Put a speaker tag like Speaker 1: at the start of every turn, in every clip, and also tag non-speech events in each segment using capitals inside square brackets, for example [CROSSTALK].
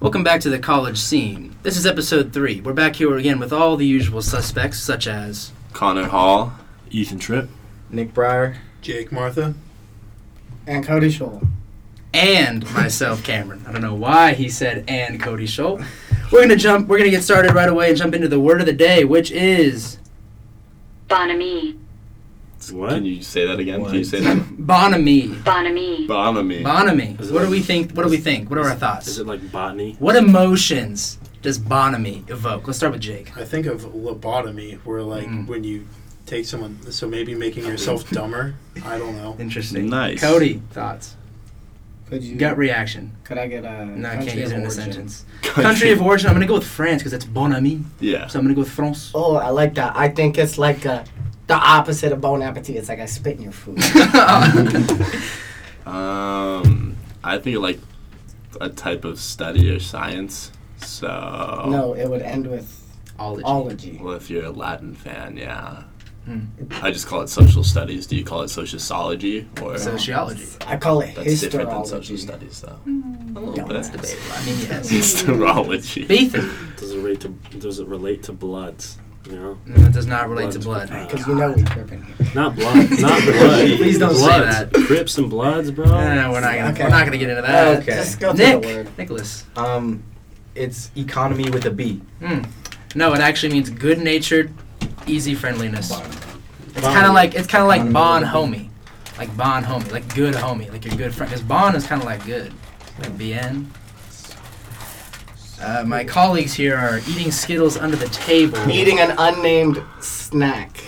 Speaker 1: Welcome back to the college scene. This is episode three. We're back here again with all the usual suspects, such as
Speaker 2: Connor Hall.
Speaker 3: Ethan Tripp.
Speaker 4: Nick Breyer.
Speaker 5: Jake Martha.
Speaker 6: And Cody Scholl.
Speaker 1: and myself, Cameron. I don't know why he said and Cody Scholl. We're gonna jump. We're gonna get started right away and jump into the word of the day, which is
Speaker 7: Bonami,
Speaker 3: What?
Speaker 2: Can you say that again?
Speaker 4: What?
Speaker 2: Can you say that? [LAUGHS]
Speaker 1: bonamy.
Speaker 7: Bonami,
Speaker 2: Bonamy.
Speaker 1: Bonamy.
Speaker 3: Is it
Speaker 1: What do
Speaker 3: like-
Speaker 1: we think? What do we
Speaker 3: is-
Speaker 1: think? What are our
Speaker 3: Is
Speaker 1: thoughts?
Speaker 3: it like botany?
Speaker 1: What emotions does bonamy evoke? Let's start with Jake.
Speaker 5: I think of lobotomy, where like
Speaker 1: Mm.
Speaker 5: when you take someone, so maybe making
Speaker 1: [LAUGHS]
Speaker 5: yourself dumber. I don't know.
Speaker 1: Interesting.
Speaker 2: Nice.
Speaker 1: Cody, thoughts.
Speaker 6: Could you?
Speaker 1: Gut reaction.
Speaker 6: could I get a?
Speaker 1: No, I
Speaker 6: country
Speaker 1: can't use it in
Speaker 6: of
Speaker 1: a
Speaker 6: origin?
Speaker 1: sentence. Country of origin. I'm gonna go with France because it's bonami.
Speaker 2: [LAUGHS] Yeah.
Speaker 1: So I'm gonna go with France.
Speaker 6: Oh, I like that. I think it's like uh the opposite of bon appetit. It's like I spit in your food.
Speaker 2: Um, I think like a type of study or science. So. Oh.
Speaker 6: No, it would end with
Speaker 1: Ology.
Speaker 6: ology.
Speaker 2: Well, if you're a Latin fan, yeah.
Speaker 1: Hmm.
Speaker 2: I just call it social studies. Do you call it sociology or?
Speaker 1: Sociology.
Speaker 6: I call it
Speaker 2: that's different than social
Speaker 6: histerology.
Speaker 2: studies, though.
Speaker 1: A
Speaker 2: [LAUGHS]
Speaker 1: little
Speaker 6: bit.
Speaker 1: That's debatable. I mean, yes.
Speaker 2: Histerology.
Speaker 1: Beethoven.
Speaker 3: Does it relate to does it relate to bloods? You know?
Speaker 1: No, it does not relate to blood.
Speaker 3: Blood's
Speaker 6: Because you know we tripping here.
Speaker 1: [LAUGHS]
Speaker 3: Not blood. not blood.
Speaker 1: Please don't say
Speaker 3: bloods.
Speaker 1: that.
Speaker 3: Crips and bloods, bro.
Speaker 1: No, no, no, we're not gonna
Speaker 6: Okay.
Speaker 1: we're not gonna get into that.
Speaker 4: Okay.
Speaker 6: Just go to the
Speaker 1: Nick,
Speaker 6: word.
Speaker 1: Nicholas.
Speaker 4: Um, it's economy with a B.
Speaker 1: No, it actually means good-natured, easy friendliness.
Speaker 6: Bon.
Speaker 1: It's kind of like it's kind of like
Speaker 6: Bon.
Speaker 1: bon homie, like bon homie, like good homie, like your good friend. Because bon is kind of like good, like bien. Uh, my colleagues here are eating Skittles under the table.
Speaker 6: Eating an unnamed snack.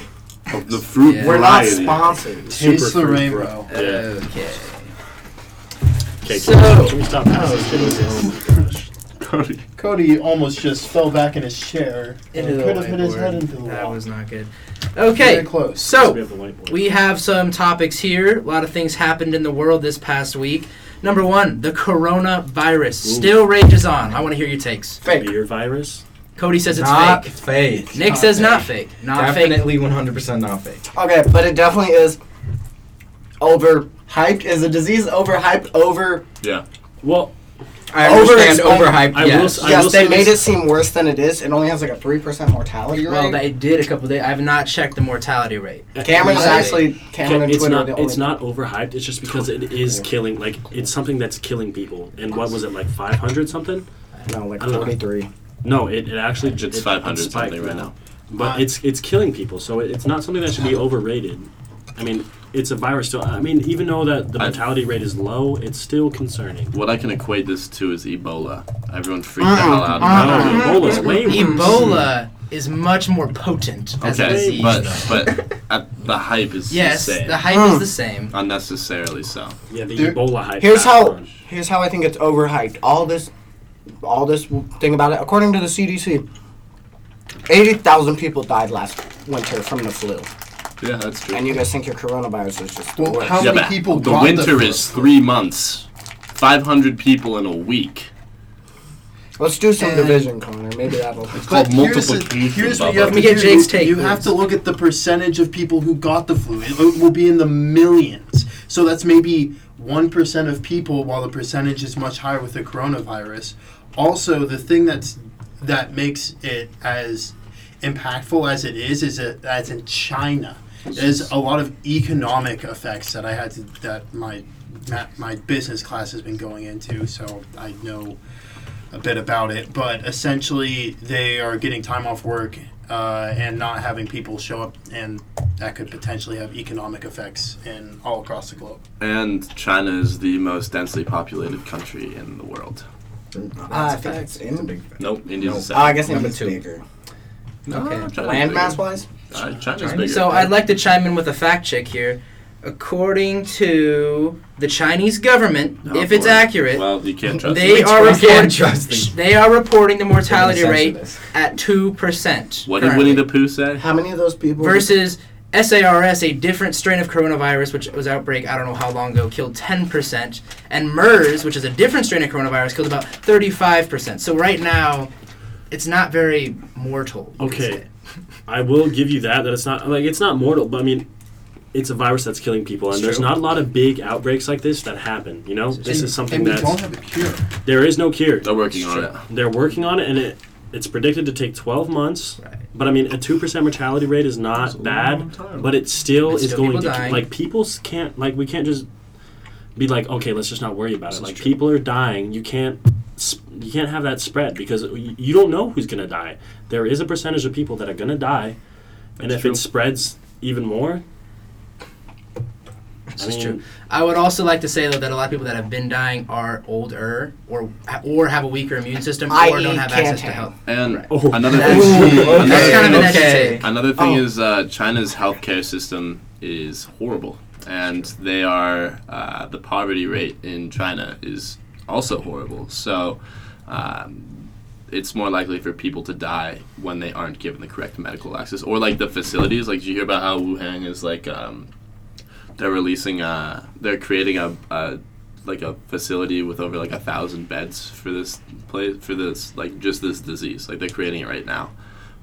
Speaker 2: Of the fruit
Speaker 1: Yeah.
Speaker 6: We're not
Speaker 2: variety.
Speaker 6: sponsored.
Speaker 5: Taste the
Speaker 3: fruit,
Speaker 5: rainbow.
Speaker 3: bro. Yeah.
Speaker 1: Okay.
Speaker 3: Okay,
Speaker 1: So-
Speaker 3: can, we, can we stop passing things? Oh my gosh.
Speaker 2: Cody.
Speaker 5: Cody almost just fell back in his chair.
Speaker 1: Into the
Speaker 5: could have hit his
Speaker 1: whiteboard.
Speaker 5: head into the
Speaker 1: That
Speaker 5: wall.
Speaker 1: was not good. Okay.
Speaker 5: Very close.
Speaker 1: So
Speaker 3: we have the whiteboard.
Speaker 1: We have some topics here. A lot of things happened in the world this past week. Number one, the coronavirus still rages on. I want to hear your takes.
Speaker 6: Fake.
Speaker 3: beer virus.
Speaker 1: Cody says it's
Speaker 4: not
Speaker 1: fake.
Speaker 4: fake.
Speaker 1: Nick
Speaker 6: not
Speaker 1: says
Speaker 6: fake.
Speaker 1: not fake. Not fake.
Speaker 4: Definitely 100% not fake.
Speaker 6: Okay, but it definitely is overhyped. Is the disease overhyped? Over.
Speaker 2: Yeah.
Speaker 3: Well,
Speaker 4: I
Speaker 6: Over
Speaker 4: understand
Speaker 6: explain-
Speaker 4: overhyped.
Speaker 3: I
Speaker 4: yes.
Speaker 3: will. s- I will
Speaker 6: yes,
Speaker 3: say
Speaker 6: they made it
Speaker 3: this-
Speaker 6: seem worse than it is. It only has like a three percent mortality rate.
Speaker 1: Well, they did a couple days. I have not checked the mortality rate.
Speaker 6: Cameron's
Speaker 1: Really?
Speaker 6: actually Cameron and
Speaker 3: it's
Speaker 6: Twitter.
Speaker 3: not.
Speaker 6: the
Speaker 3: It's
Speaker 6: only-
Speaker 3: not overhyped. It's just because it is killing. Like it's something that's killing people. And what was it like? Five hundred something?
Speaker 6: No, like
Speaker 3: I don't know.
Speaker 6: forty three.
Speaker 3: No, it, it actually
Speaker 2: It's
Speaker 3: it- it
Speaker 2: 500
Speaker 3: spiked
Speaker 2: something right now.
Speaker 3: But it's it's killing people, so it, it's not something that should be overrated. I mean, it's a virus still. I mean, even though that the
Speaker 2: I-
Speaker 3: mortality rate is low, it's still
Speaker 2: [LAUGHS]
Speaker 3: concerning.
Speaker 2: What I can equate this to is Ebola. Everyone freaked the hell out
Speaker 3: No,
Speaker 2: about it.
Speaker 3: Ebola's way worse.
Speaker 5: Hmm.
Speaker 1: Ebola is much more potent as a
Speaker 2: Okay,
Speaker 1: disease.
Speaker 2: but but uh, the hype is
Speaker 1: yes,
Speaker 2: the same.
Speaker 1: the hype is the
Speaker 5: Hmm.
Speaker 1: same.
Speaker 2: unnecessarily so.
Speaker 3: Yeah, the
Speaker 5: There-
Speaker 3: Ebola hype.
Speaker 6: Here's
Speaker 3: back
Speaker 6: how.
Speaker 3: on.
Speaker 6: Here's how I think it's overhyped. All this, all this thing about it. According to the CDC, eighty thousand people died last winter from the flu,
Speaker 2: Yeah, that's true.
Speaker 6: and you guys think your coronavirus is just the
Speaker 5: Well,
Speaker 6: worst.
Speaker 5: how
Speaker 2: yeah,
Speaker 5: many
Speaker 2: but
Speaker 5: people
Speaker 2: the
Speaker 5: got
Speaker 2: winter
Speaker 5: the
Speaker 2: is three months. Five hundred people in a week.
Speaker 6: Let's do some
Speaker 5: And-
Speaker 6: division, Connor. Maybe that'll.
Speaker 2: called
Speaker 5: But here's, the-
Speaker 2: multiplication,
Speaker 5: here's what
Speaker 2: Bubba.
Speaker 5: you have
Speaker 2: Let
Speaker 1: me
Speaker 5: to
Speaker 1: get
Speaker 5: do.
Speaker 1: Jake's take,
Speaker 5: You have
Speaker 1: please.
Speaker 5: to look at the percentage of people who got the flu. It it will be in the millions. So that's maybe 1% of people, while the percentage is much higher with the coronavirus. Also, the thing that's that makes it as impactful as it is is that that's in China. There's a lot of economic effects that I had to, that my ma- my business class has been going into, so I know a bit about it, but essentially they are getting time off work uh, and not having people show up, and that could potentially have economic effects in all across the globe.
Speaker 2: And China is the most densely populated country in the world.
Speaker 6: Uh, I think it's in.
Speaker 2: Nope, India's the
Speaker 6: Uh,
Speaker 2: second.
Speaker 6: I guess
Speaker 4: Number
Speaker 6: it's
Speaker 4: two.
Speaker 6: bigger.
Speaker 1: Okay.
Speaker 2: China's
Speaker 6: Landmass
Speaker 2: bigger.
Speaker 6: wise,
Speaker 2: Uh, China's bigger.
Speaker 1: So I'd like to chime in with a fact check here. According to the Chinese government,
Speaker 2: No,
Speaker 1: if it's
Speaker 2: boy.
Speaker 1: accurate,
Speaker 2: Well, you can't trust.
Speaker 1: They
Speaker 2: it.
Speaker 1: are
Speaker 4: trust them.
Speaker 1: reporting.
Speaker 4: Trust
Speaker 1: They are reporting the mortality
Speaker 4: Censor
Speaker 1: rate
Speaker 4: this.
Speaker 1: at two percent.
Speaker 2: What did Winnie the Pooh say?
Speaker 6: how many of those people?
Speaker 1: versus SARS, a different strain of coronavirus, which was outbreak I don't know how long ago, killed ten percent, and MERS, which is a different strain of coronavirus, killed about thirty-five percent. So right now, it's not very mortal. you could
Speaker 3: Okay.
Speaker 1: say.
Speaker 3: I will give you that. That it's not like it's not mortal, but I mean, it's a virus that's killing people, and
Speaker 1: It's
Speaker 3: there's
Speaker 1: true.
Speaker 3: not a lot of big outbreaks like this that happen. You know, this
Speaker 1: And-
Speaker 3: is something
Speaker 5: And we don't
Speaker 3: that
Speaker 5: have a cure.
Speaker 3: there is no cure.
Speaker 2: They're working on it.
Speaker 3: They're working on it, and it it's predicted to take 12 months.
Speaker 1: Right.
Speaker 3: But I mean, a two percent mortality rate is
Speaker 2: That's a
Speaker 3: not
Speaker 2: long
Speaker 3: bad,
Speaker 2: time.
Speaker 3: but it still
Speaker 1: It's
Speaker 3: is
Speaker 1: still
Speaker 3: going
Speaker 1: people
Speaker 3: to keep,
Speaker 1: dying.
Speaker 3: like people s- can't like we can't just be like okay, let's just not worry about it.
Speaker 2: This is
Speaker 3: Like
Speaker 2: true.
Speaker 3: people are dying, you can't sp- you can't have that spread because y- you don't know who's gonna die. There is a percentage of people that are gonna die, and
Speaker 2: That's
Speaker 3: if
Speaker 2: true.
Speaker 3: it spreads even more,
Speaker 1: This is
Speaker 3: I mean,
Speaker 1: true. I would also like to say though that a lot of people that have been dying are older or or have a weaker immune system or
Speaker 6: I.e.
Speaker 1: don't have
Speaker 6: can't
Speaker 1: access to
Speaker 6: have.
Speaker 1: health.
Speaker 2: And
Speaker 3: Oh.
Speaker 2: another
Speaker 4: That's-
Speaker 2: thing,
Speaker 4: Ooh,
Speaker 2: another,
Speaker 1: That's kind of an
Speaker 4: okay.
Speaker 1: edgy take.
Speaker 2: another thing
Speaker 6: Oh.
Speaker 2: is uh, China's healthcare system is horrible, and they are uh, the poverty rate in China is also horrible. So. Um, it's more likely for people to die when they aren't given the correct medical access, or like the facilities. Like, did you hear about how Wuhan is like um, they're releasing uh they're creating a, a like a facility with over like a thousand beds for this place for this like just this disease like they're creating it right now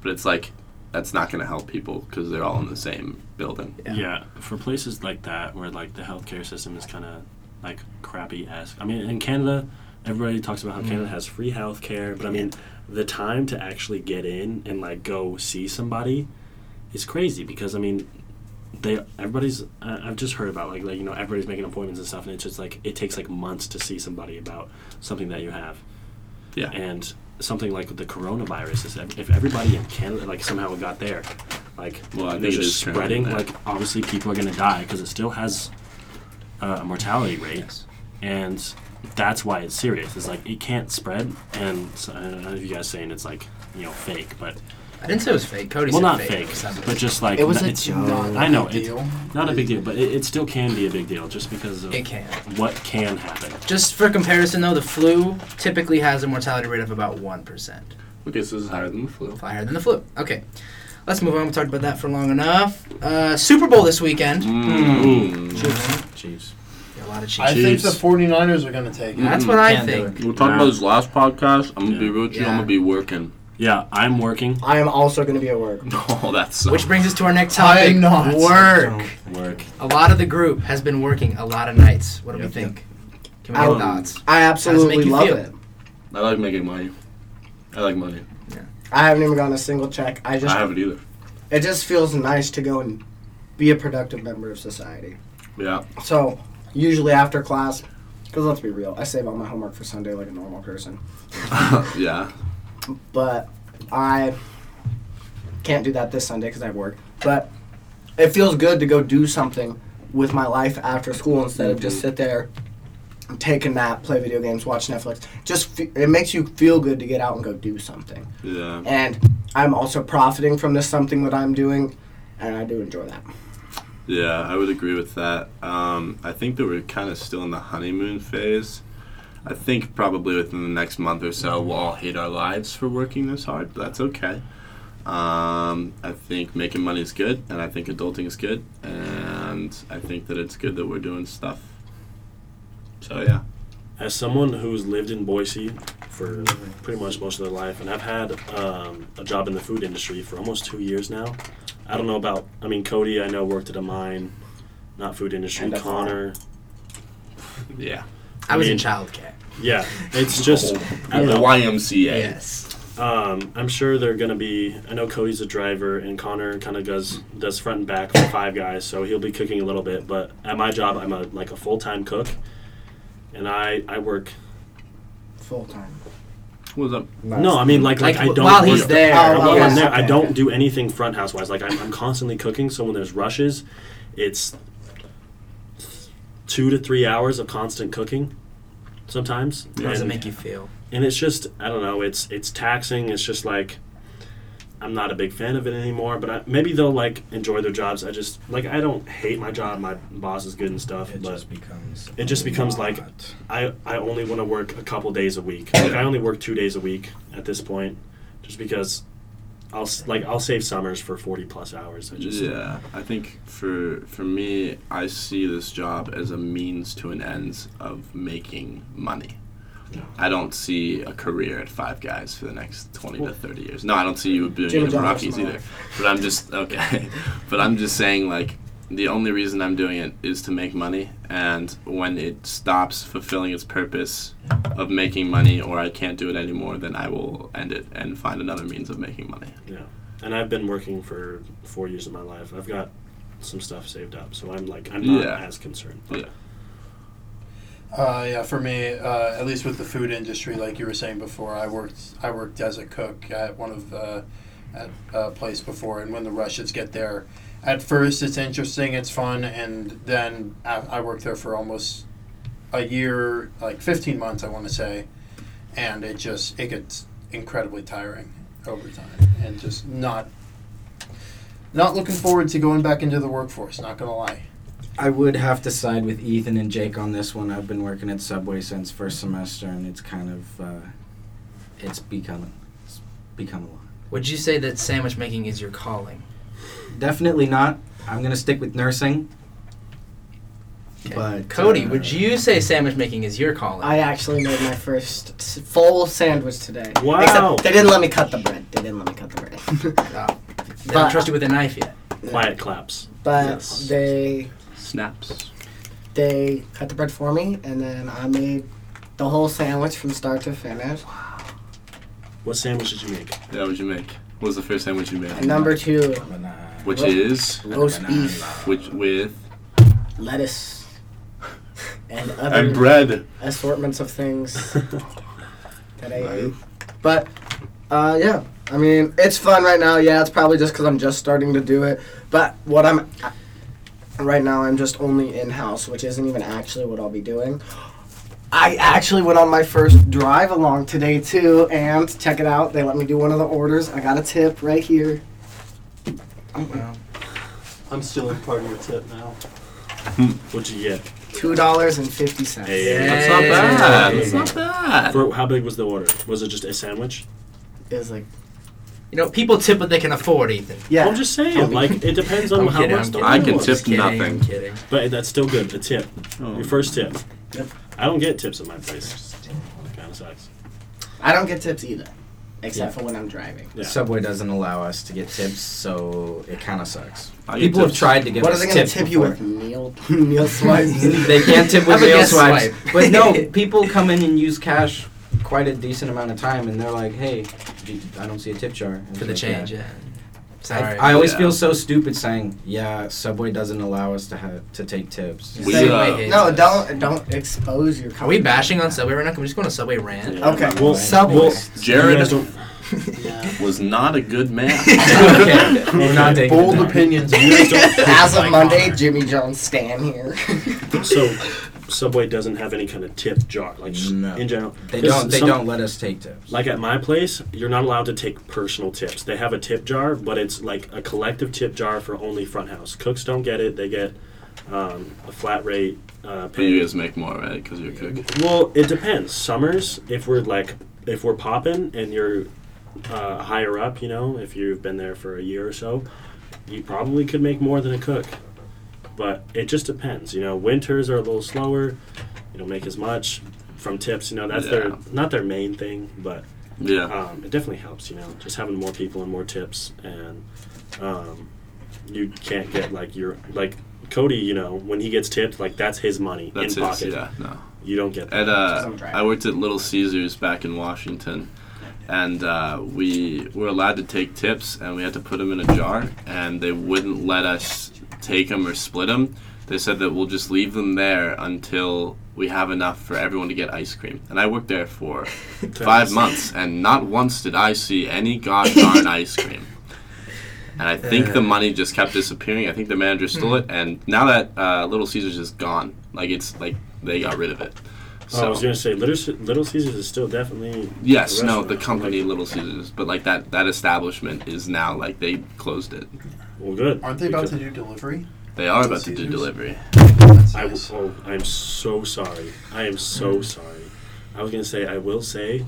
Speaker 2: but it's like that's not going to help people because they're all in the same building
Speaker 1: Yeah.
Speaker 3: yeah. for places like that where like the healthcare system is kind of like crappy as I mean, in Canada, everybody talks about how Canada has free healthcare, but I mean, the time to actually get in and like go see somebody is crazy because I mean, they everybody's I I've just heard about like like you know everybody's making appointments and stuff, and it's just like it takes like months to see somebody about something that you have
Speaker 2: yeah
Speaker 3: and something like the coronavirus is ev- if everybody in Canada like somehow it got there, like
Speaker 2: Well, I think
Speaker 3: they're
Speaker 2: it
Speaker 3: just
Speaker 2: is currently
Speaker 3: spreading.
Speaker 2: there.
Speaker 3: Like obviously people are gonna die because it still has uh, a mortality rate, and that's why it's serious. It's like it can't spread, and so, I don't know if you guys saying it's like you know fake, but
Speaker 1: I didn't say it was fake. Cody
Speaker 3: well
Speaker 1: said
Speaker 3: not
Speaker 1: fake.
Speaker 3: fake, but just like
Speaker 6: It was
Speaker 3: n-
Speaker 6: a
Speaker 3: it's
Speaker 6: joke.
Speaker 3: not- I know
Speaker 5: Big
Speaker 3: it's
Speaker 5: deal.
Speaker 3: not a big deal, but it, it still can be a big deal just because of
Speaker 1: it can.
Speaker 3: what can happen.
Speaker 1: Just for comparison though, the flu typically has a mortality rate of about one percent.
Speaker 2: okay so this is higher than the flu
Speaker 1: Higher than the flu. Okay. Let's move on. We talked about that for long enough. Uh, Super Bowl this weekend.
Speaker 2: Mm.
Speaker 4: Chiefs.
Speaker 1: A lot of
Speaker 5: I
Speaker 1: cheese.
Speaker 5: think
Speaker 2: Jeez.
Speaker 5: the 49ers are going to take it.
Speaker 1: That's what I
Speaker 4: mm, Hmm. Can't do
Speaker 1: think.
Speaker 2: we'll talk
Speaker 3: Nah.
Speaker 2: about this last podcast i'm gonna be
Speaker 3: Yeah.
Speaker 2: real with you i'm
Speaker 1: Yeah.
Speaker 2: gonna be working [LAUGHS]
Speaker 3: Yeah, I'm working
Speaker 6: I am also going to be at work.
Speaker 2: oh that's so
Speaker 1: Which brings us to our next
Speaker 5: I
Speaker 1: topic.
Speaker 5: am not.
Speaker 1: Work.
Speaker 3: work.
Speaker 1: A lot of the group has been working a lot of nights. What do we think? Can we get
Speaker 6: Um,
Speaker 1: thoughts?
Speaker 6: I
Speaker 1: How does
Speaker 6: absolutely
Speaker 1: it make you
Speaker 6: love
Speaker 1: feel?
Speaker 6: it.
Speaker 2: i like making money i like money
Speaker 6: I haven't even gotten a single check. I just
Speaker 2: i haven't either
Speaker 6: it just feels nice to go and be a productive member of society.
Speaker 2: yeah [LAUGHS]
Speaker 6: So usually after class, because let's be real, I save all my homework for Sunday like a normal person.
Speaker 2: yeah
Speaker 6: But I can't do that this Sunday because I have work. But it feels good to go do something with my life after school instead of just sit there, take a nap, play video games, watch Netflix. Just fe- it makes you feel good to get out and go do something.
Speaker 2: yeah
Speaker 6: and I'm also profiting from this something that I'm doing, and I do enjoy that.
Speaker 2: Yeah, I would agree with that. Um, I think that we're kind of still in the honeymoon phase. I think probably within the next month or so, we'll all hate our lives for working this hard, but that's okay. Um, I think making money is good, and I think adulting is good, and I think that it's good that we're doing stuff. So, yeah.
Speaker 3: as someone who's lived in Boise for pretty much most of their life, and I've had um, a job in the food industry for almost two years now. I don't know about. I mean, Cody, I know worked at a mine, not food industry.
Speaker 6: And a farm.
Speaker 3: Connor,
Speaker 2: Yeah.
Speaker 1: I was in
Speaker 3: mean-
Speaker 1: childcare.
Speaker 3: yeah, it's just. I
Speaker 2: the
Speaker 3: don't know.
Speaker 2: YMCA.
Speaker 1: Yes.
Speaker 3: Um, I'm sure they're gonna be. I know Cody's a driver, and Connor kind of does does front and back for Five Guys, so he'll be cooking a little bit. But at my job, I'm a like a full time cook, and I I work.
Speaker 6: Full time.
Speaker 2: What's up?
Speaker 3: No, I mean like like,
Speaker 1: Like,
Speaker 3: I don't.
Speaker 1: while
Speaker 3: work-
Speaker 1: he's there.
Speaker 6: Oh,
Speaker 3: While
Speaker 6: okay.
Speaker 3: I'm there, I
Speaker 6: Okay.
Speaker 3: don't do anything front house wise. Like I'm, I'm constantly cooking, so when there's rushes, it's two to three hours of constant cooking sometimes.
Speaker 1: How does it
Speaker 3: And-
Speaker 1: make you feel?
Speaker 3: and it's just I don't know. It's it's taxing. It's just like I'm not a big fan of it anymore. But I, maybe they'll like enjoy their jobs. I just like I don't hate my job. My boss is good and stuff.
Speaker 4: It
Speaker 3: but
Speaker 4: just becomes.
Speaker 3: it just
Speaker 4: a
Speaker 3: becomes like
Speaker 4: lot.
Speaker 3: I, I only want to work a couple days a week. Like I only work two days a week at this point, just because I'll s- like I'll save summers for forty plus hours. I just
Speaker 2: yeah i think for for me i see this job as a means to an end of making money i don't see a career at five guys for the next 20 to 30 years no i don't see you being
Speaker 6: Jimmy
Speaker 2: in the
Speaker 6: John
Speaker 2: rockies [LAUGHS]
Speaker 6: Wilson,
Speaker 2: either but i'm just okay but i'm just saying like the only reason I'm doing it is to make money, and when it stops fulfilling its purpose of making money, or I can't do it anymore, then I will end it and find another means of making money.
Speaker 3: and I've been working for four years of my life. I've got some stuff saved up, so I'm like I'm not
Speaker 2: Yeah.
Speaker 3: as concerned.
Speaker 2: Yeah.
Speaker 5: Uh, yeah, for me, uh, at least with the food industry, like you were saying before, I worked I worked as a cook at one of uh, at a place before, and when the Russians get there, at first it's interesting, it's fun, and then I, I worked there for almost a year, like fifteen months, I want to say, and it just it gets incredibly tiring over time, and just not not looking forward to going back into the workforce. Not gonna lie.
Speaker 4: I would have to side with Ethan and Jake on this one. I've been working at Subway since first semester, and it's kind of uh, it's becoming it's become a lot.
Speaker 1: Would you say that sandwich making is your calling?
Speaker 4: Definitely not. I'm gonna stick with nursing.
Speaker 1: Okay.
Speaker 4: But
Speaker 1: Cody,
Speaker 4: uh,
Speaker 1: would you say sandwich making is your calling?
Speaker 6: I actually made my first s- full sandwich today.
Speaker 3: Wow.
Speaker 6: Except they didn't let me cut the bread. They didn't let me cut the
Speaker 1: [LAUGHS] they
Speaker 6: bread.
Speaker 1: don't
Speaker 6: but-
Speaker 1: trust you with a knife yet.
Speaker 3: Quiet claps.
Speaker 6: but
Speaker 3: Yes.
Speaker 6: they
Speaker 2: Snaps.
Speaker 6: they cut the bread for me, and then I made the whole sandwich from start to finish.
Speaker 3: What sandwich did you make?
Speaker 2: That would you make? What was the first sandwich you made?
Speaker 6: And number two,
Speaker 4: banana-
Speaker 2: Which is
Speaker 6: roast
Speaker 4: banana.
Speaker 6: beef,
Speaker 2: which with
Speaker 6: lettuce, and other
Speaker 2: and bread.
Speaker 6: assortments of
Speaker 3: [LAUGHS]
Speaker 6: things that I ate. But uh, yeah, I mean, it's fun right now. Yeah, it's probably just because I'm just starting to do it. But what I'm right now, I'm just only in house, which isn't even actually what I'll be doing. I actually went on my first drive along today too, and check it out. They let me do one of the orders. I got a tip right here.
Speaker 5: I'm still in part of your tip now.
Speaker 3: What'd you get?
Speaker 6: Two dollars and fifty cents.
Speaker 3: Hey.
Speaker 2: That's not
Speaker 1: Hey.
Speaker 2: bad. That's not bad.
Speaker 3: For how big was the order? Was it just a sandwich?
Speaker 6: It was like
Speaker 1: You know, people tip what they can afford, Ethan.
Speaker 6: yeah.
Speaker 3: I'm just saying, like it depends on
Speaker 1: I'm
Speaker 3: how
Speaker 1: kidding,
Speaker 3: much
Speaker 1: I'm
Speaker 3: the
Speaker 1: kidding.
Speaker 3: order
Speaker 2: I can
Speaker 3: was.
Speaker 2: tip
Speaker 1: Just kidding,
Speaker 2: nothing.
Speaker 1: I'm kidding.
Speaker 3: But that's still good. A tip.
Speaker 2: Oh.
Speaker 3: Your first tip. I don't get tips at my place. Kind of sucks.
Speaker 6: I don't get tips either, except for when I'm driving.
Speaker 3: Yeah.
Speaker 4: Subway doesn't allow us to get tips, so it kind of sucks.
Speaker 2: I get
Speaker 4: People have
Speaker 2: tips.
Speaker 4: tried to get
Speaker 6: What are
Speaker 4: us
Speaker 6: they gonna
Speaker 4: tips
Speaker 6: tip you
Speaker 4: before.
Speaker 6: with? [LAUGHS] Meal meal
Speaker 4: [LAUGHS]
Speaker 6: swipes.
Speaker 4: they can't tip with
Speaker 1: Have a
Speaker 4: real
Speaker 1: guest
Speaker 4: swipes.
Speaker 1: swipe.
Speaker 4: But no, people come in and use cash quite a decent amount of time, and they're like, "Hey, d- I don't see a tip jar." And
Speaker 1: For
Speaker 4: it's
Speaker 1: the
Speaker 4: like,
Speaker 1: change, yeah.
Speaker 4: I,
Speaker 1: Sorry.
Speaker 4: I always
Speaker 2: Yeah.
Speaker 4: feel so stupid saying, "Yeah, Subway doesn't allow us to have to take tips."
Speaker 1: [LAUGHS]
Speaker 2: We,
Speaker 1: Subway
Speaker 2: uh,
Speaker 1: hates
Speaker 6: No,
Speaker 1: us.
Speaker 6: don't don't expose your.
Speaker 1: Are we bashing on Subway right now? Can we just go on a Subway rant?
Speaker 3: Yeah.
Speaker 6: [LAUGHS] Okay,
Speaker 3: Well,
Speaker 6: Subway.
Speaker 3: well,
Speaker 2: Jared-
Speaker 3: you guys don't-
Speaker 2: was not a good man.
Speaker 4: okay, we're not taking it
Speaker 5: Bold
Speaker 4: down.
Speaker 5: opinions.
Speaker 6: [LAUGHS] As of
Speaker 3: Like
Speaker 6: Monday,
Speaker 3: Connor.
Speaker 6: Jimmy Jones stand here.
Speaker 3: So, Subway doesn't have any kind of tip jar, like sh
Speaker 4: No.
Speaker 3: in general.
Speaker 4: They
Speaker 3: 'Cause
Speaker 4: don't. They
Speaker 3: some-
Speaker 4: don't let us take tips.
Speaker 3: Like at my place, you're not allowed to take personal tips. They have a tip jar, but it's like a collective tip jar for only front house cooks. Don't get it. They get um, a flat rate. Uh,
Speaker 2: But [LAUGHS] you guys make more, right? Because you're [LAUGHS] cook.
Speaker 3: Well, it depends. Summers, if we're like, if we're popping and you're uh, higher up, you know, if you've been there for a year or so, you probably could make more than a cook. But it just depends, you know. Winters are a little slower. You don't make as much from tips. You know, that's their
Speaker 2: Yeah.
Speaker 3: not their main thing, but
Speaker 2: Yeah.
Speaker 3: um, it definitely helps. You know, just having more people and more tips, and um, you can't get like your like Cody. You know, when he gets tipped, like that's his money
Speaker 2: That's
Speaker 3: in
Speaker 2: it.
Speaker 3: pocket.
Speaker 2: Yeah. No.
Speaker 3: You don't get that.
Speaker 2: At uh,
Speaker 6: I'm driving.
Speaker 2: I worked at Little Caesars back in Washington, and uh, we were allowed to take tips, and we had to put them in a jar, and they wouldn't let us take them or split them. They said that we'll just leave them there until we have enough for everyone to get ice cream. And I worked there for
Speaker 6: [LAUGHS]
Speaker 2: five months, and not once did I see any god darn ice cream. And I think the money just kept disappearing. I think the manager
Speaker 6: Hmm.
Speaker 2: stole it, and now that uh, Little Caesars is gone, like it's like they got rid of it.
Speaker 3: Oh, I was gonna say Little, Ce- Little Caesars is still definitely
Speaker 2: Yes,
Speaker 3: a
Speaker 2: no,
Speaker 3: restaurant.
Speaker 2: the company
Speaker 3: Like,
Speaker 2: Little Caesars, but like that that establishment is now like they closed it.
Speaker 3: well, good.
Speaker 5: Aren't they about to
Speaker 3: Because
Speaker 5: do delivery?
Speaker 2: They are
Speaker 5: Little
Speaker 2: about to do
Speaker 5: Caesars?
Speaker 2: delivery.
Speaker 5: That's
Speaker 3: I will,
Speaker 5: nice.
Speaker 3: oh, I'm so sorry. I am
Speaker 5: Mm-hmm.
Speaker 3: so sorry. I was gonna say I will say,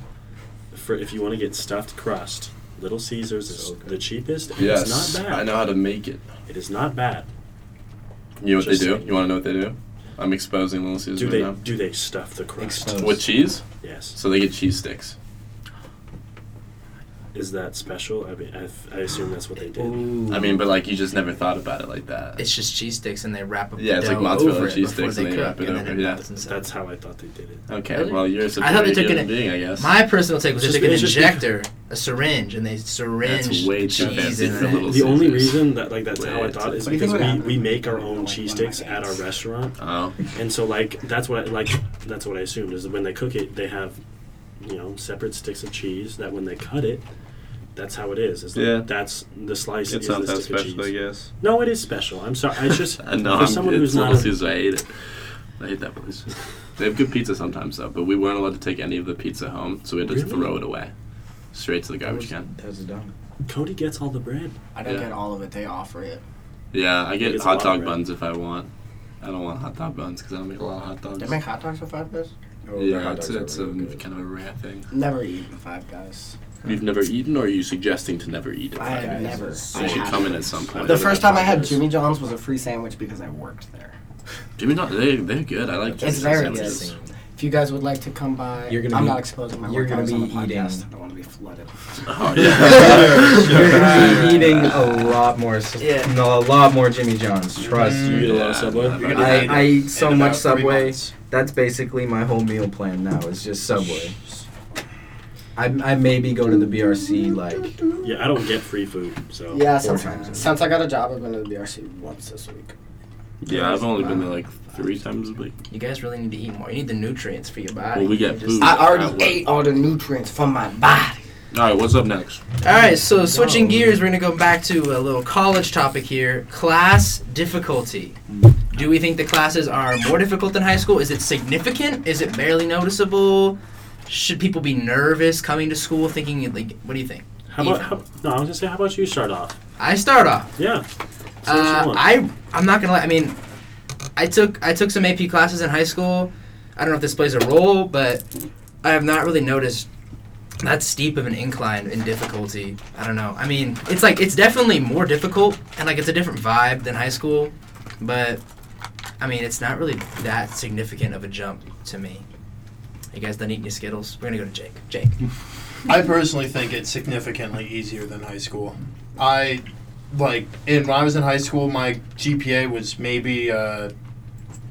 Speaker 3: for if you want to get stuffed crust, Little Caesars is the cheapest. and it's not bad.
Speaker 2: I know how to make it.
Speaker 3: It is not bad.
Speaker 2: You know what
Speaker 3: Just
Speaker 2: they do?
Speaker 3: saying.
Speaker 2: You want to know what they do? I'm exposing Little Caesars
Speaker 3: Do
Speaker 2: right
Speaker 3: they
Speaker 2: now.
Speaker 3: do they stuff the crust?
Speaker 4: Exposed.
Speaker 2: With cheese,
Speaker 3: Yes.
Speaker 2: so they get cheese sticks.
Speaker 3: is that special? I mean, I, f- I assume that's what they did.
Speaker 2: Oh.
Speaker 4: Ooh.
Speaker 2: I mean, but like you just never thought about it like that.
Speaker 1: It's just cheese sticks and they wrap up.
Speaker 2: Yeah,
Speaker 1: the
Speaker 2: it's like
Speaker 1: dough
Speaker 2: mozzarella
Speaker 1: over it
Speaker 2: cheese
Speaker 1: before
Speaker 2: sticks and they
Speaker 1: cook,
Speaker 2: wrap it
Speaker 1: then
Speaker 2: over, yeah.
Speaker 1: melts inside.
Speaker 3: That's how I thought they did it.
Speaker 2: Okay,
Speaker 1: Really?
Speaker 2: well you're a
Speaker 1: I thought they
Speaker 2: superior
Speaker 1: took
Speaker 2: human
Speaker 1: an-
Speaker 2: being, I guess.
Speaker 1: My personal take was they
Speaker 3: It's
Speaker 1: took
Speaker 3: just-
Speaker 1: an
Speaker 3: it's just-
Speaker 1: injector, a syringe, and they syringed
Speaker 2: That's way
Speaker 1: the
Speaker 2: too
Speaker 1: cheese
Speaker 2: fancy
Speaker 1: in
Speaker 2: for
Speaker 1: it.
Speaker 2: little
Speaker 3: The only
Speaker 2: scissors.
Speaker 3: reason that like that's how I
Speaker 2: Wait,
Speaker 3: thought is
Speaker 6: what do you think
Speaker 3: because
Speaker 6: would
Speaker 3: we,
Speaker 6: happen?
Speaker 3: we make our own cheese sticks at our restaurant,
Speaker 2: oh,
Speaker 3: and so like that's what I, like that's what I assumed is when they cook it, they have you know separate sticks of cheese that when they cut it, that's how it is. It's like,
Speaker 2: Yeah.
Speaker 3: that's the slice.
Speaker 2: it's
Speaker 3: is
Speaker 2: not
Speaker 3: the
Speaker 2: that
Speaker 3: stick of
Speaker 2: special, I
Speaker 3: cheese.
Speaker 2: guess.
Speaker 3: No, it is special. I'm sorry. I just
Speaker 2: [LAUGHS] I know.
Speaker 3: for
Speaker 2: I'm,
Speaker 3: someone
Speaker 2: it's
Speaker 3: who's not
Speaker 2: Little
Speaker 3: a,
Speaker 2: Caesars. I hate it. I hate that place. They have good pizza sometimes though, but we weren't allowed to take any of the pizza home, so we had to
Speaker 3: Really?
Speaker 2: throw it away, straight to the
Speaker 4: That
Speaker 2: garbage
Speaker 4: was,
Speaker 2: can.
Speaker 4: that was dumb.
Speaker 3: Cody gets all
Speaker 6: [LAUGHS]
Speaker 3: the bread.
Speaker 6: I don't
Speaker 2: Yeah.
Speaker 6: get all of it. They offer it.
Speaker 2: Yeah, I get
Speaker 3: It's a
Speaker 2: hot
Speaker 3: lot
Speaker 2: dog
Speaker 3: of bread.
Speaker 2: buns if I want. I don't want hot dog buns because I don't make a lot of hot dogs.
Speaker 6: They make hot dogs at Five Guys.
Speaker 4: Oh, the
Speaker 2: yeah,
Speaker 4: hot
Speaker 2: it's,
Speaker 4: dogs are
Speaker 2: it's
Speaker 4: really
Speaker 2: a
Speaker 4: good.
Speaker 2: kind of a rare thing.
Speaker 6: Never eaten Five Guys.
Speaker 2: You've never eaten, or are you suggesting to never eat it?
Speaker 6: I have
Speaker 4: Guys
Speaker 6: never.
Speaker 4: is
Speaker 2: You
Speaker 6: I
Speaker 2: should
Speaker 6: have.
Speaker 2: come in at some point.
Speaker 6: The
Speaker 3: I've
Speaker 6: first
Speaker 3: never
Speaker 6: time I had
Speaker 3: tried
Speaker 6: Jimmy John's was a free sandwich because I worked there.
Speaker 2: Jimmy John, they they're good. I like Jimmy John's
Speaker 6: It's very
Speaker 2: sandwiches.
Speaker 6: good. If you guys would like to come by,
Speaker 4: You're gonna
Speaker 6: I'm
Speaker 4: be-
Speaker 6: not exposing my
Speaker 4: you're
Speaker 6: work
Speaker 4: gonna
Speaker 6: hours on the
Speaker 4: be eating-
Speaker 6: podcast. I don't want to be flooded. [LAUGHS]
Speaker 2: Oh
Speaker 4: [LAUGHS] You're
Speaker 2: yeah.
Speaker 4: gonna be eating a lot more, s-
Speaker 1: Yeah.
Speaker 4: no, a lot more Jimmy John's. Trust
Speaker 5: Mm.
Speaker 4: you.
Speaker 3: You eat a lot
Speaker 2: Yeah,
Speaker 3: of Subway?
Speaker 2: I've
Speaker 5: You're gonna
Speaker 4: I,
Speaker 5: eat
Speaker 4: I eat so
Speaker 5: in
Speaker 4: much
Speaker 5: about three
Speaker 4: Subway.
Speaker 5: months.
Speaker 4: That's basically my whole meal plan now. Is just Subway. I, I maybe go to the BRC like
Speaker 3: Yeah, I don't get free food, so
Speaker 6: Yeah,
Speaker 4: Four
Speaker 6: sometimes.
Speaker 4: times.
Speaker 6: Since I got a job, I've been to the BRC once this week.
Speaker 2: [LAUGHS] Yeah, I've only been there like three times a week.
Speaker 1: You guys really need to eat more. You need the nutrients for your body.
Speaker 2: Well, we
Speaker 1: You
Speaker 2: get
Speaker 1: just-
Speaker 2: food.
Speaker 6: I
Speaker 2: At work.
Speaker 6: already ate all the nutrients from my body.
Speaker 2: All right, what's up next?
Speaker 1: All right, so switching
Speaker 4: Yo.
Speaker 1: gears, we're gonna go back to a little college topic here: class difficulty. Do we think the classes are more difficult than high school? Is it significant? Is it barely noticeable? Should people be nervous coming to school, thinking like, what do you think?
Speaker 3: How about how, no? I was gonna say, how about you start off?
Speaker 1: I start off.
Speaker 3: Yeah. Say what you
Speaker 1: Uh,
Speaker 3: want.
Speaker 1: I I'm not gonna lie. I mean, I took I took some AP classes in high school. I don't know if this plays a role, but I have not really noticed that steep of an incline in difficulty. I don't know. I mean, it's like it's definitely more difficult and like it's a different vibe than high school, but I mean, it's not really that significant of a jump to me. You guys done eating your Skittles? We're gonna go to Jake. Jake.
Speaker 5: I personally think it's significantly easier than high school. I like in when I was in high school, my GPA was maybe uh,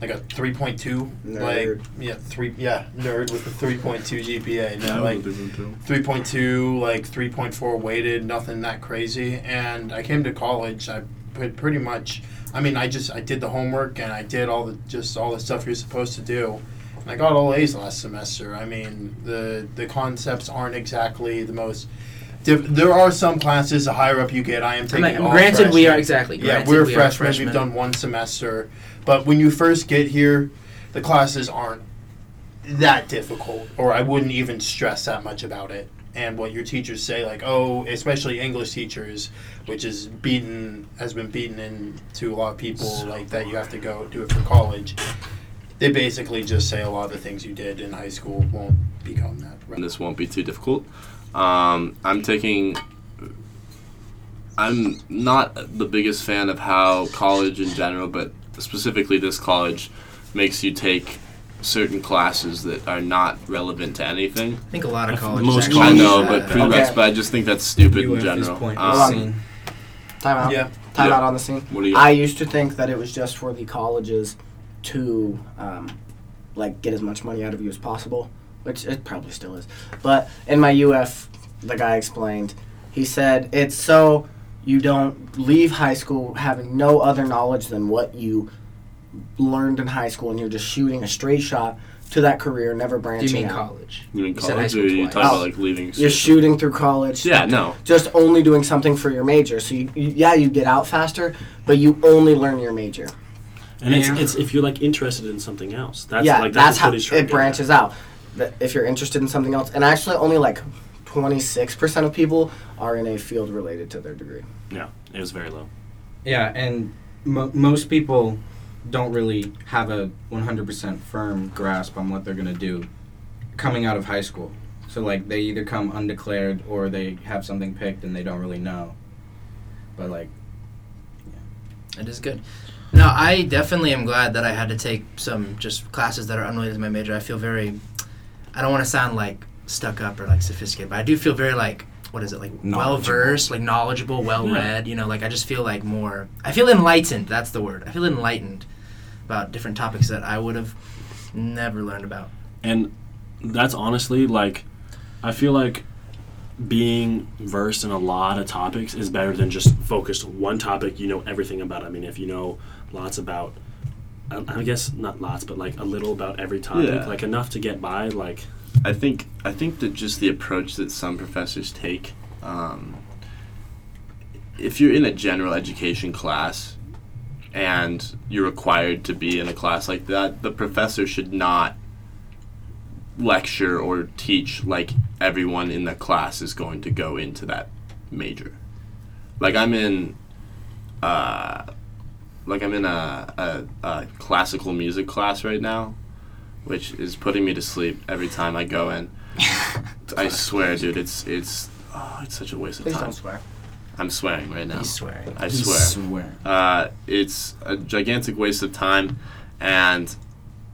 Speaker 5: like a three point two, like
Speaker 6: Nerd.
Speaker 5: yeah, three yeah, nerd with a three point two GPA. No, like
Speaker 2: Wait,
Speaker 5: three point two, like three point four weighted, nothing that crazy. And I came to college, I put pretty much. I mean, I just I did the homework and I did all the just all the stuff you're supposed to do. And I got all A's last semester. I mean, the the concepts aren't exactly the most. Diff- there are some classes the higher up you get. I am
Speaker 1: I'm
Speaker 5: taking.
Speaker 1: like,
Speaker 5: all
Speaker 1: granted, we
Speaker 5: freshmen.
Speaker 1: are exactly.
Speaker 5: Yeah,
Speaker 1: granted
Speaker 5: we're
Speaker 1: we are
Speaker 5: freshmen. We've done one semester, but when you first get here, the classes aren't that difficult, or I wouldn't even stress that much about it. And what your teachers say, like, oh, especially English teachers, which is beaten has been beaten into a lot of people, like that you have to go do it for college. They basically just say a lot of the things you did in high school won't become that.
Speaker 2: and this won't be too difficult. Um, I'm taking. I'm not the biggest fan of how college in general, but specifically this college, makes you take certain classes that are not relevant to anything.
Speaker 1: I think a lot of colleges.
Speaker 3: Most
Speaker 1: actually uh,
Speaker 2: I
Speaker 6: Jeez.
Speaker 1: do
Speaker 2: know,
Speaker 1: that.
Speaker 2: but
Speaker 6: Okay.
Speaker 2: prereqs, but I just think that's stupid in
Speaker 4: UF is
Speaker 2: general.
Speaker 4: pointless.
Speaker 2: Um,
Speaker 4: Scene.
Speaker 6: Time out.
Speaker 5: Yeah.
Speaker 6: Time
Speaker 2: Yeah.
Speaker 6: out on the scene.
Speaker 2: what do you?
Speaker 6: I used to think that it was just for the colleges to, um, like, get as much money out of you as possible, which it probably still is. But in my UF, the guy explained, he said it's so you don't leave high school having no other knowledge than what you learned in high school, and you're just shooting a straight shot to that career, never
Speaker 1: Do
Speaker 6: branching
Speaker 1: you mean
Speaker 6: out.
Speaker 1: college?
Speaker 2: you mean
Speaker 1: You said high
Speaker 2: college, or
Speaker 1: school
Speaker 2: you
Speaker 1: twice.
Speaker 2: talking about
Speaker 6: Oh.
Speaker 2: like leaving? school?
Speaker 6: You're shooting through college.
Speaker 2: Yeah, no.
Speaker 6: Just only doing something for your major. So you, you, yeah, you get out faster, but you only learn your major.
Speaker 3: and it's,
Speaker 4: Yeah.
Speaker 3: it's if you're like interested in something else. That's
Speaker 6: yeah,
Speaker 3: like
Speaker 6: that's,
Speaker 3: that's,
Speaker 6: how
Speaker 3: what he's trying to
Speaker 6: it
Speaker 3: get
Speaker 6: branches out. That If you're interested in something else, and actually only like 26% of people are in a field related to their degree.
Speaker 3: at. Yeah, it was very low.
Speaker 4: Yeah, and mo- most people don't really have a 100% firm grasp on what they're going to do coming out of high school. So, like, they either come undeclared or they have something picked and they don't really know. But, like,
Speaker 1: It is good. No, I definitely am glad that I had to take some just classes that are unrelated to my major. I feel very, I don't want to sound like stuck up or like sophisticated, but I do feel very like what is it like well
Speaker 4: Knowledgeable.
Speaker 1: versed, like knowledgeable, well read. You know, like I just feel like more. I feel enlightened. That's the word. I feel enlightened about different topics that I would have never learned about.
Speaker 3: and that's honestly like i feel like being versed in a lot of topics is better than just focused on one topic you know everything about i mean if you know lots about i, I guess not lots but like a little about every topic
Speaker 2: Yeah.
Speaker 3: like enough to get by like
Speaker 2: I think I think that just the approach that some professors take, um, if you're in a general education class and you're required to be in a class like that, the professor should not lecture or teach like everyone in the class is going to go into that major. Like I'm in uh, like I'm in a, a, a classical music class right now, which is putting me to sleep every time I go in. I swear, dude, it's it's oh, it's such a waste of
Speaker 6: Please
Speaker 2: time.
Speaker 6: don't swear.
Speaker 2: I'm swearing right now.
Speaker 1: He's swearing.
Speaker 2: I
Speaker 4: He's
Speaker 2: swear.
Speaker 4: swearing.
Speaker 2: Uh, it's a gigantic waste of time, and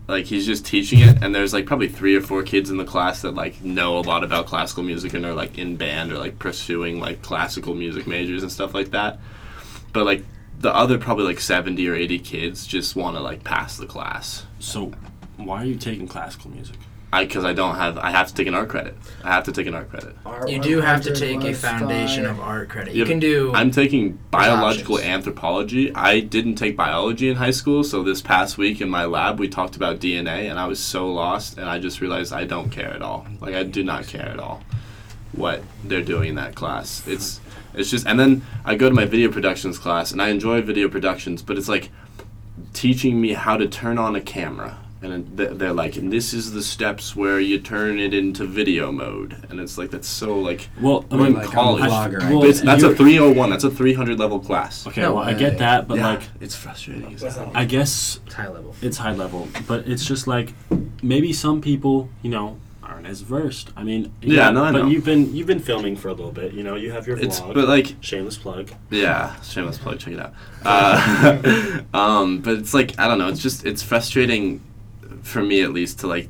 Speaker 2: like he's just teaching it, and there's like probably three or four kids in the class that like know a lot about classical music and are like in band or like pursuing like classical music majors and stuff like that. But like the other probably like seventy or eighty kids just want to like pass the class.
Speaker 3: so why are you taking classical music
Speaker 2: I because I don't have I have to take an art credit. I have to take an art credit.
Speaker 1: You do have to take a foundation of art credit. You
Speaker 2: Yep.
Speaker 1: can do.
Speaker 2: I'm taking biological
Speaker 1: options.
Speaker 2: anthropology. I didn't take biology in high school, so this past week in my lab we talked about DNA and I was so lost and I just realized I don't care at all. Like I do not care at all what they're doing in that class. It's it's just and then I go to my video productions class and I enjoy video productions, but it's like teaching me how to turn on a camera. And th- they're like, and this is the steps where you turn it into video mode. And it's like, that's so like,
Speaker 3: well i
Speaker 2: We're
Speaker 3: mean
Speaker 2: like, I'm a
Speaker 3: college
Speaker 4: vlogger, I
Speaker 3: well,
Speaker 2: but it's, that's a
Speaker 3: you're-
Speaker 2: 301. That's a 300 level class.
Speaker 3: okay
Speaker 1: No
Speaker 3: well i
Speaker 1: way.
Speaker 3: get that but
Speaker 2: Yeah,
Speaker 3: like
Speaker 2: it's frustrating. as hell.
Speaker 3: i guess
Speaker 1: It's high level.
Speaker 3: it's high level, but it's just like maybe some people, you know, aren't as versed. I mean,
Speaker 2: Yeah, no, I
Speaker 3: but
Speaker 2: know.
Speaker 3: you've been you've been filming for a little bit. You know, you have your
Speaker 2: It's
Speaker 3: vlog.
Speaker 2: but like
Speaker 3: shameless plug.
Speaker 2: yeah, shameless plug. Check it out. Uh, [LAUGHS] um, but it's like I don't know. It's just it's frustrating for me at least to like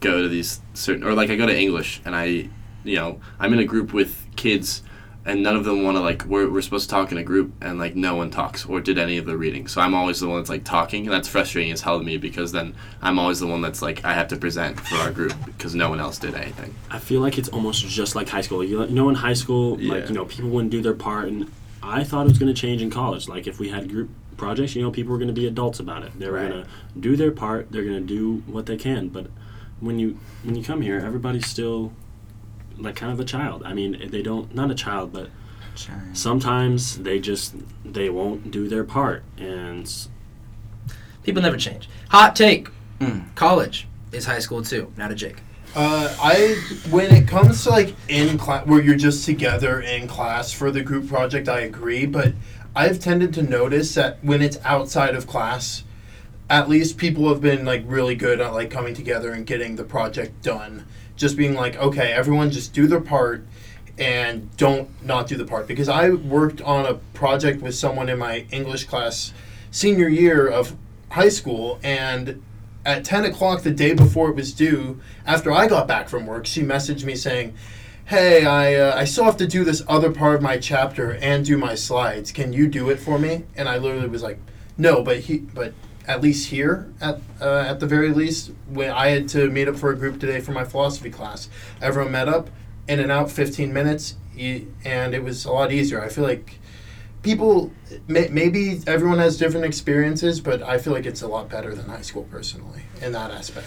Speaker 2: go to these certain or like I go to English and I you know I'm in a group with kids and none of them want to like we're, we're supposed to talk in a group and like no one talks or did any of the reading so i'm always the one that's like talking and that's frustrating as hell to me because then i'm always the one that's like i have to present for our group because no one else did anything
Speaker 3: I feel like it's almost just like high school. You, you know, in high school,
Speaker 2: Yeah.
Speaker 3: like you know, people wouldn't do their part, and I thought it was going to change in college. Like if we had group projects, you know, people were going to be adults about it. They were
Speaker 1: Right.
Speaker 3: going to do their part. They're going to do what they can. But when you when you come here, everybody's still like kind of a child. I mean, they don't not a child, but sometimes they just they won't do their part and
Speaker 1: People never change. Hot take.
Speaker 2: Hmm.
Speaker 1: College is high school too. Not a Jake.
Speaker 5: Uh, I when it comes to like in class where you're just together in class for the group project, I agree. But I've tended to notice that when it's outside of class, at least people have been like really good at like coming together and getting the project done. Just being like, okay, everyone, just do their part and don't not do the part because I worked on a project with someone in my English class senior year of high school and at 10 o'clock the day before it was due after I got back from work she messaged me saying hey I, uh, I still have to do this other part of my chapter and do my slides can you do it for me and I literally was like no but he but at least here at uh, at the very least when I had to meet up for a group today for my philosophy class everyone met up in and out 15 minutes y- and it was a lot easier I feel like people may, maybe everyone has different experiences but i feel like it's a lot better than high school personally in that aspect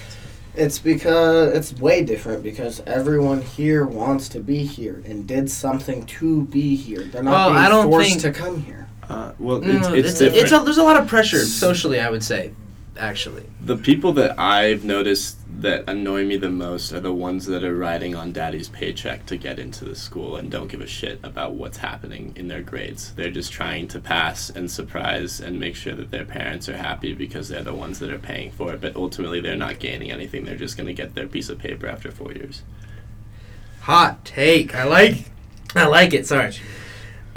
Speaker 6: It's because it's way different because everyone here wants to be here and did something to be here. They're not
Speaker 1: Well,
Speaker 6: being
Speaker 1: I don't
Speaker 6: forced
Speaker 1: think-
Speaker 6: to come here.
Speaker 2: uh, well
Speaker 1: Mm, it's a, there's a lot of pressure socially, I would say, actually.
Speaker 2: The people that I've noticed that annoy me the most are the ones that are riding on daddy's paycheck to get into the school and don't give a shit about what's happening in their grades. They're just trying to pass and surprise and make sure that their parents are happy because they're the ones that are paying for it, but ultimately they're not gaining anything. They're just going to get their piece of paper after four years.
Speaker 1: Hot take. I like I like it, sorry.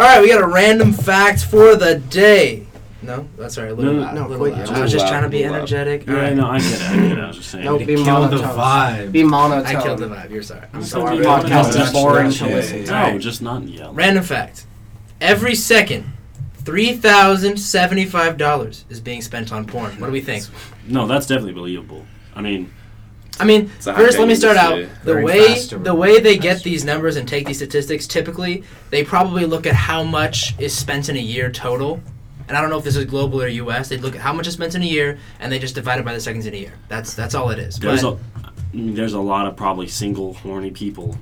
Speaker 1: Alright, we got a random fact for the day. No, that's all right. A little
Speaker 3: No,
Speaker 1: loud.
Speaker 6: no,
Speaker 1: a little
Speaker 6: quit
Speaker 1: loud.
Speaker 6: your-
Speaker 1: I was just
Speaker 2: Little
Speaker 1: trying to
Speaker 2: loud,
Speaker 1: be
Speaker 2: little loud.
Speaker 1: energetic.
Speaker 3: Yeah,
Speaker 1: all right.
Speaker 3: no, I get it. I get it. I was just saying.
Speaker 6: No,
Speaker 3: Like,
Speaker 6: be
Speaker 4: Kill
Speaker 6: monotone.
Speaker 4: the vibe.
Speaker 6: Be monotone.
Speaker 1: I killed
Speaker 6: [LAUGHS]
Speaker 1: the vibe. You're sorry. I'm
Speaker 3: sorry.
Speaker 1: sorry.
Speaker 3: Be monotone.
Speaker 6: Podcasts are boring to
Speaker 4: Yeah,
Speaker 6: listen
Speaker 4: yeah,
Speaker 6: to.
Speaker 3: no,
Speaker 1: Alright.
Speaker 3: just not yell.
Speaker 1: Random fact: Every second, three thousand seventy-five dollars is being spent on porn. What do we think?
Speaker 3: No, that's definitely believable. I mean,
Speaker 1: I mean,
Speaker 2: It's a high
Speaker 1: first let me
Speaker 2: paying
Speaker 1: start out
Speaker 2: industry.
Speaker 1: the
Speaker 4: Very
Speaker 1: way
Speaker 4: fast to
Speaker 1: the
Speaker 4: run,
Speaker 1: way they
Speaker 4: fast
Speaker 1: get
Speaker 4: to
Speaker 1: these numbers and take these statistics. Typically, they probably look at how much is spent in a year total. And I don't know if this is global or U.S. They look at how much is spent in a year, and they just divide it by the seconds in a year. That's that's all it is.
Speaker 3: there's
Speaker 1: But-
Speaker 3: a, I mean, there's a lot of probably single horny people,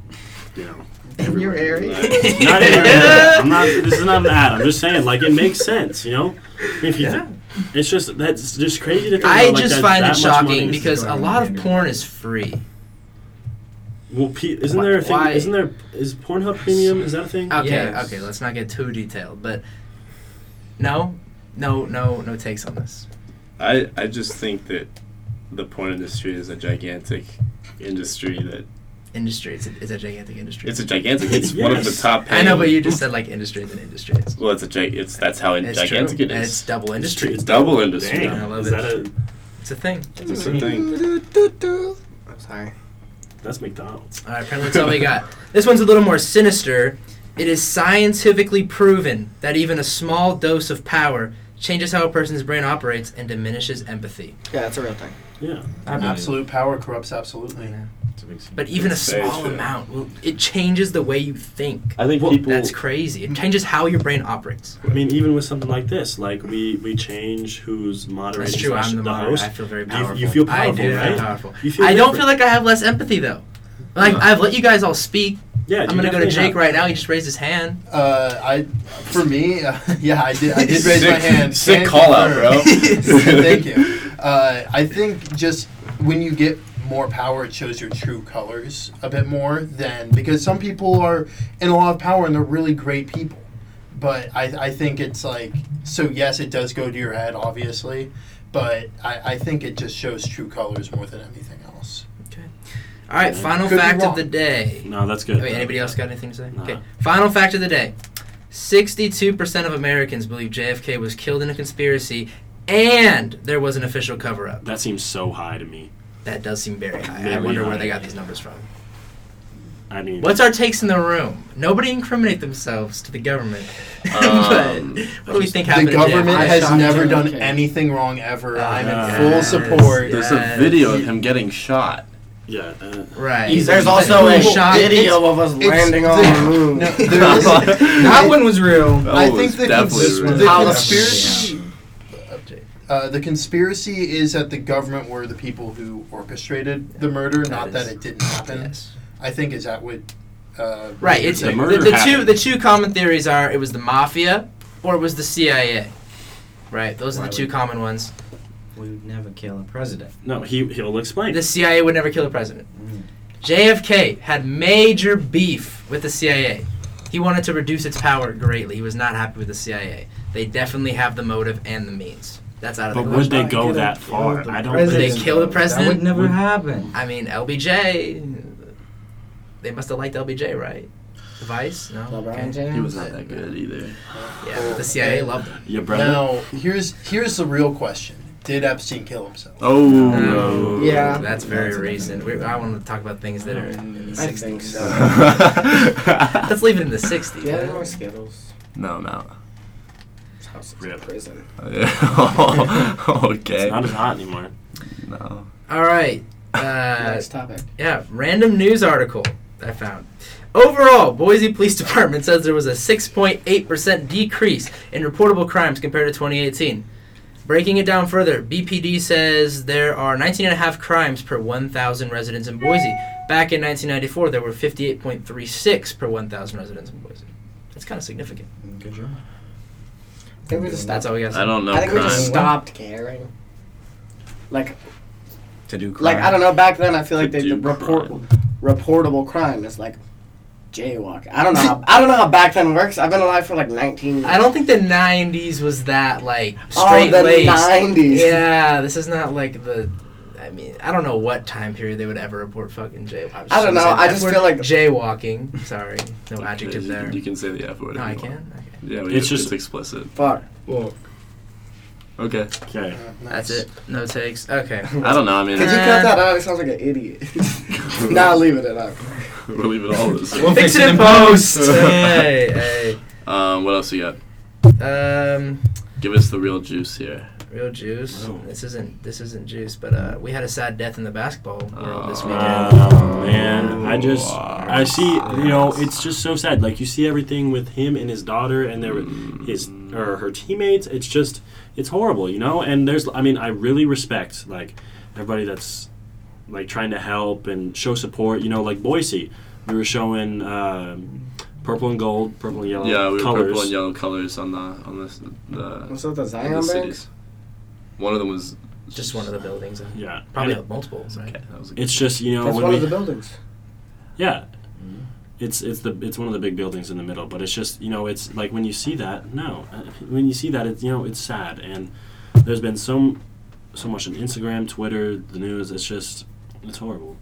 Speaker 1: [LAUGHS]
Speaker 3: you know.
Speaker 6: In your area.
Speaker 3: Not in your area. I'm not. This is not an ad. I'm just saying, like, it makes sense, you know. If you,
Speaker 1: Yeah.
Speaker 3: it's just that's just crazy to think.
Speaker 1: I
Speaker 3: about, like,
Speaker 1: just
Speaker 3: that-
Speaker 1: find
Speaker 3: that
Speaker 1: it
Speaker 3: much
Speaker 1: shocking
Speaker 3: money.
Speaker 1: because a
Speaker 4: going
Speaker 1: lot of
Speaker 4: under.
Speaker 1: porn is free.
Speaker 3: well, pe- isn't
Speaker 1: Why-
Speaker 3: there a thing?
Speaker 1: why-
Speaker 3: Isn't there is Pornhub Premium? Is that a thing?
Speaker 1: Okay,
Speaker 4: Yes.
Speaker 1: okay, let's not get too detailed, but no, no, no, no takes on this.
Speaker 2: I, I just think that the porn industry is a gigantic industry that
Speaker 1: Industry, it's a, it's a gigantic industry.
Speaker 2: it's a gigantic it's one of the
Speaker 3: Yes.
Speaker 2: top
Speaker 1: I know, but
Speaker 2: paying-
Speaker 1: you just said like industry is an industry. It's,
Speaker 2: well it's a gi- it's that's how
Speaker 1: it's
Speaker 2: gigantic
Speaker 1: true.
Speaker 2: it
Speaker 1: and it's
Speaker 2: is
Speaker 1: double industry.
Speaker 2: it's
Speaker 1: It's,
Speaker 2: double industry
Speaker 3: Damn,
Speaker 1: I love it.
Speaker 3: is that a
Speaker 1: a thing.
Speaker 2: It's a thing.
Speaker 6: I'm sorry.
Speaker 3: that's McDonald's?
Speaker 1: All right, apparently that's all we got. This one's a little more sinister. It is scientifically proven that even a small dose of power changes how a person's brain operates and diminishes empathy.
Speaker 6: Yeah, it's a real thing.
Speaker 3: Yeah,
Speaker 5: Absolute power corrupts absolutely.
Speaker 1: But even a
Speaker 2: It's very
Speaker 1: small
Speaker 2: true.
Speaker 1: amount, will, it changes the way you think.
Speaker 3: I think people.
Speaker 1: That's crazy. It changes how your brain operates.
Speaker 3: I mean, even with something like this, like we we change who's moderating.
Speaker 1: That's true.
Speaker 3: slash
Speaker 1: I'm the moderator.
Speaker 3: host.
Speaker 1: I feel very
Speaker 3: You- you
Speaker 1: powerful.
Speaker 3: feel
Speaker 1: I
Speaker 3: powerful,
Speaker 1: do. I'm
Speaker 3: right?
Speaker 1: powerful.
Speaker 3: You feel
Speaker 1: I don't
Speaker 3: different.
Speaker 1: feel like I have less empathy though. Like I've let you guys all speak.
Speaker 3: Yeah,
Speaker 1: I'm
Speaker 3: dude,
Speaker 1: gonna go to
Speaker 3: definitely
Speaker 1: Jake
Speaker 3: not.
Speaker 1: right now. He just raised his hand.
Speaker 5: Uh, I, for me, [LAUGHS] uh, yeah, I did. I did raise
Speaker 2: Sick-
Speaker 5: my hand.
Speaker 2: sick
Speaker 5: Can't
Speaker 2: call out,
Speaker 5: confirm.
Speaker 2: bro.
Speaker 5: [LAUGHS] Thank you. Uh, I think just when you get more power, it shows your true colors a bit more than because some people are in a lot of power and they're really great people. But I, I think it's like so. Yes, it does go to your head, obviously, but I, I think it just shows true colors more than anything else.
Speaker 1: All right. Final
Speaker 5: Could be
Speaker 1: fact of
Speaker 5: wrong.
Speaker 1: the day.
Speaker 3: No, that's good.
Speaker 1: Wait, anybody else got anything to say?
Speaker 3: Nah.
Speaker 1: Okay. Final fact of the day. 62% of Americans believe JFK was killed in a conspiracy and there was an official cover up.
Speaker 3: That seems so high to me.
Speaker 1: That does seem very high. I
Speaker 3: Very
Speaker 1: wonder where
Speaker 3: high.
Speaker 1: they got these numbers from.
Speaker 3: I mean,
Speaker 1: What's our takes in the room? Nobody incriminate themselves to the government. [LAUGHS]
Speaker 2: Um,
Speaker 1: but what do we think happened?
Speaker 5: The
Speaker 1: in Japan?
Speaker 5: government
Speaker 6: I
Speaker 5: has
Speaker 6: shot
Speaker 5: never
Speaker 6: JFK.
Speaker 5: done anything wrong ever.
Speaker 1: Ah,
Speaker 5: I'm in full
Speaker 1: yes,
Speaker 5: support.
Speaker 1: yes.
Speaker 2: there's a video of him getting shot
Speaker 3: yeah, uh,
Speaker 1: Right.
Speaker 5: He's-
Speaker 6: There's
Speaker 5: There's
Speaker 6: also a
Speaker 1: People shot-
Speaker 6: video of us
Speaker 5: it's-
Speaker 6: landing
Speaker 5: [LAUGHS]
Speaker 6: on the moon.
Speaker 5: No, there
Speaker 2: [LAUGHS]
Speaker 5: is,
Speaker 4: That one was real.
Speaker 2: That
Speaker 5: I
Speaker 2: was
Speaker 5: think the,
Speaker 2: definitely
Speaker 5: cons-
Speaker 2: real.
Speaker 5: the
Speaker 6: How the-
Speaker 5: conspiracy. Uh, the conspiracy is that the government were the people who orchestrated the murder, not
Speaker 1: is-
Speaker 5: that it didn't happen. I think is that what. Uh,
Speaker 1: Right. It's
Speaker 3: The
Speaker 1: the,
Speaker 3: murder
Speaker 1: the two
Speaker 3: happened.
Speaker 1: the two common theories are it was the mafia or it was the CIA. Right. Those are
Speaker 4: Why
Speaker 1: the two
Speaker 4: would-
Speaker 1: common ones.
Speaker 4: We would never kill a president.
Speaker 3: no, he he'll explain.
Speaker 1: The CIA would never kill the president. JFK had major beef with the CIA. He wanted to reduce its power greatly. He was not happy with the CIA. They definitely have the motive and the means. That's out of
Speaker 3: but
Speaker 1: the
Speaker 3: would
Speaker 1: question.
Speaker 3: they
Speaker 4: not
Speaker 3: go
Speaker 4: kill
Speaker 3: that
Speaker 4: the
Speaker 3: far? I don't.
Speaker 1: president.
Speaker 3: Think
Speaker 1: They kill the president?
Speaker 4: That would never
Speaker 3: Would-
Speaker 4: happen.
Speaker 1: I mean, LBJ. They must have liked LBJ, right? Vice? No.
Speaker 6: LeBron
Speaker 1: Okay.
Speaker 6: James.
Speaker 2: he was not that good either
Speaker 1: Yeah. but The CIA loved
Speaker 3: so. Your brother.
Speaker 5: Now here's here's the real question: Did Epstein kill himself?
Speaker 2: oh
Speaker 1: No.
Speaker 2: [LAUGHS]
Speaker 6: Yeah.
Speaker 1: Mm. That's very recent. We, I want to talk about things that are in the
Speaker 6: I
Speaker 1: 60s.
Speaker 6: think so.
Speaker 2: no
Speaker 1: [LAUGHS] Let's leave it in the 60s.
Speaker 6: Yeah, there
Speaker 1: huh?
Speaker 6: were Skittles.
Speaker 2: no [LAUGHS]
Speaker 6: This house is
Speaker 3: Rip.
Speaker 6: a prison.
Speaker 2: okay
Speaker 3: it's not as hot anymore.
Speaker 2: no
Speaker 1: All right.
Speaker 6: [LAUGHS]
Speaker 1: Uh,
Speaker 6: Next topic.
Speaker 1: yeah, random news article I found. Overall, Boise Police [LAUGHS] Department says there was a 6.8% decrease in reportable crimes compared to 2018. Breaking it down further, BPD says there are 19 and a half crimes per 1,000 residents in Boise. Back in 1994, there were 58.36 per 1,000 residents in Boise. That's kind of significant.
Speaker 4: Good job.
Speaker 6: I think we just
Speaker 1: That's
Speaker 6: stopped.
Speaker 1: all we got to say.
Speaker 2: I don't know
Speaker 6: I think we just
Speaker 2: crime
Speaker 6: stopped caring. Like,
Speaker 4: To do
Speaker 6: like
Speaker 4: crime.
Speaker 6: I don't know. Back then, I feel like
Speaker 2: To
Speaker 6: they
Speaker 2: do
Speaker 6: did report
Speaker 2: crime.
Speaker 6: reportable crime is like jaywalk. I don't know. How, I don't know how back then works. I've been alive for like 19. years.
Speaker 1: I don't think the '90s was that like
Speaker 6: Oh,
Speaker 1: straight
Speaker 6: the
Speaker 1: laced.
Speaker 6: 90s.
Speaker 1: Yeah, this is not like the. I mean, I don't know what time period they would ever report fucking jaywalking.
Speaker 6: I don't know, I just feel like-
Speaker 1: jaywalking. Sorry, no
Speaker 2: you
Speaker 1: adjective there.
Speaker 2: can, you can say the F word.
Speaker 1: No,
Speaker 2: if
Speaker 1: I
Speaker 2: you want.
Speaker 1: can. Okay.
Speaker 2: Yeah, we
Speaker 3: It's
Speaker 2: it's
Speaker 3: just-
Speaker 2: just it's explicit.
Speaker 6: Fuck.
Speaker 4: Well,
Speaker 2: Okay.
Speaker 3: Okay.
Speaker 1: That's it. No takes.
Speaker 6: [LAUGHS]
Speaker 1: Okay.
Speaker 2: I don't know. I mean,
Speaker 6: [LAUGHS]
Speaker 2: eh.
Speaker 6: Could you cut that out? It sounds like an idiot.
Speaker 3: [LAUGHS]
Speaker 6: nah, leave it at that.
Speaker 2: [LAUGHS] we'll leave it all the same.
Speaker 4: We'll
Speaker 1: Fix it in
Speaker 2: [LAUGHS]
Speaker 1: post. hey,
Speaker 2: Um, what else you got?
Speaker 1: hey. Um.
Speaker 2: Give us the real juice here.
Speaker 1: Real juice.
Speaker 3: Wow.
Speaker 1: This isn't this isn't juice, but uh, we had a sad death in the basketball world this
Speaker 2: Oh.
Speaker 1: weekend.
Speaker 3: Oh, man, I just I
Speaker 2: Wow.
Speaker 3: see you know it's just so sad. Like you see everything with him and his daughter and their his or her teammates. It's just it's horrible, you know. And there's I mean I really respect like everybody that's like trying to help and show support. You know, like Boise, we were showing um, purple and gold, purple and yellow
Speaker 2: Yeah, we were
Speaker 3: colors.
Speaker 2: purple and yellow colors on the on this the,
Speaker 6: What's up, the
Speaker 2: in
Speaker 6: Zion
Speaker 2: the
Speaker 6: banks?
Speaker 2: cities. One of them was
Speaker 1: Just one of the buildings. uh,
Speaker 3: Yeah,
Speaker 1: Probably
Speaker 3: And it-
Speaker 1: multiple. Sorry.
Speaker 2: Okay, that was a good.
Speaker 3: it's just you know
Speaker 6: That's
Speaker 3: when
Speaker 6: one
Speaker 3: we,
Speaker 6: of the buildings.
Speaker 3: Yeah.
Speaker 2: Mm-hmm.
Speaker 3: It's it's the it's one of the big buildings in the middle, but it's just you know it's like when you see that no, Uh, when you see that it's you know it's sad and there's been so so much on Instagram, Twitter, the news. It's just it's horrible.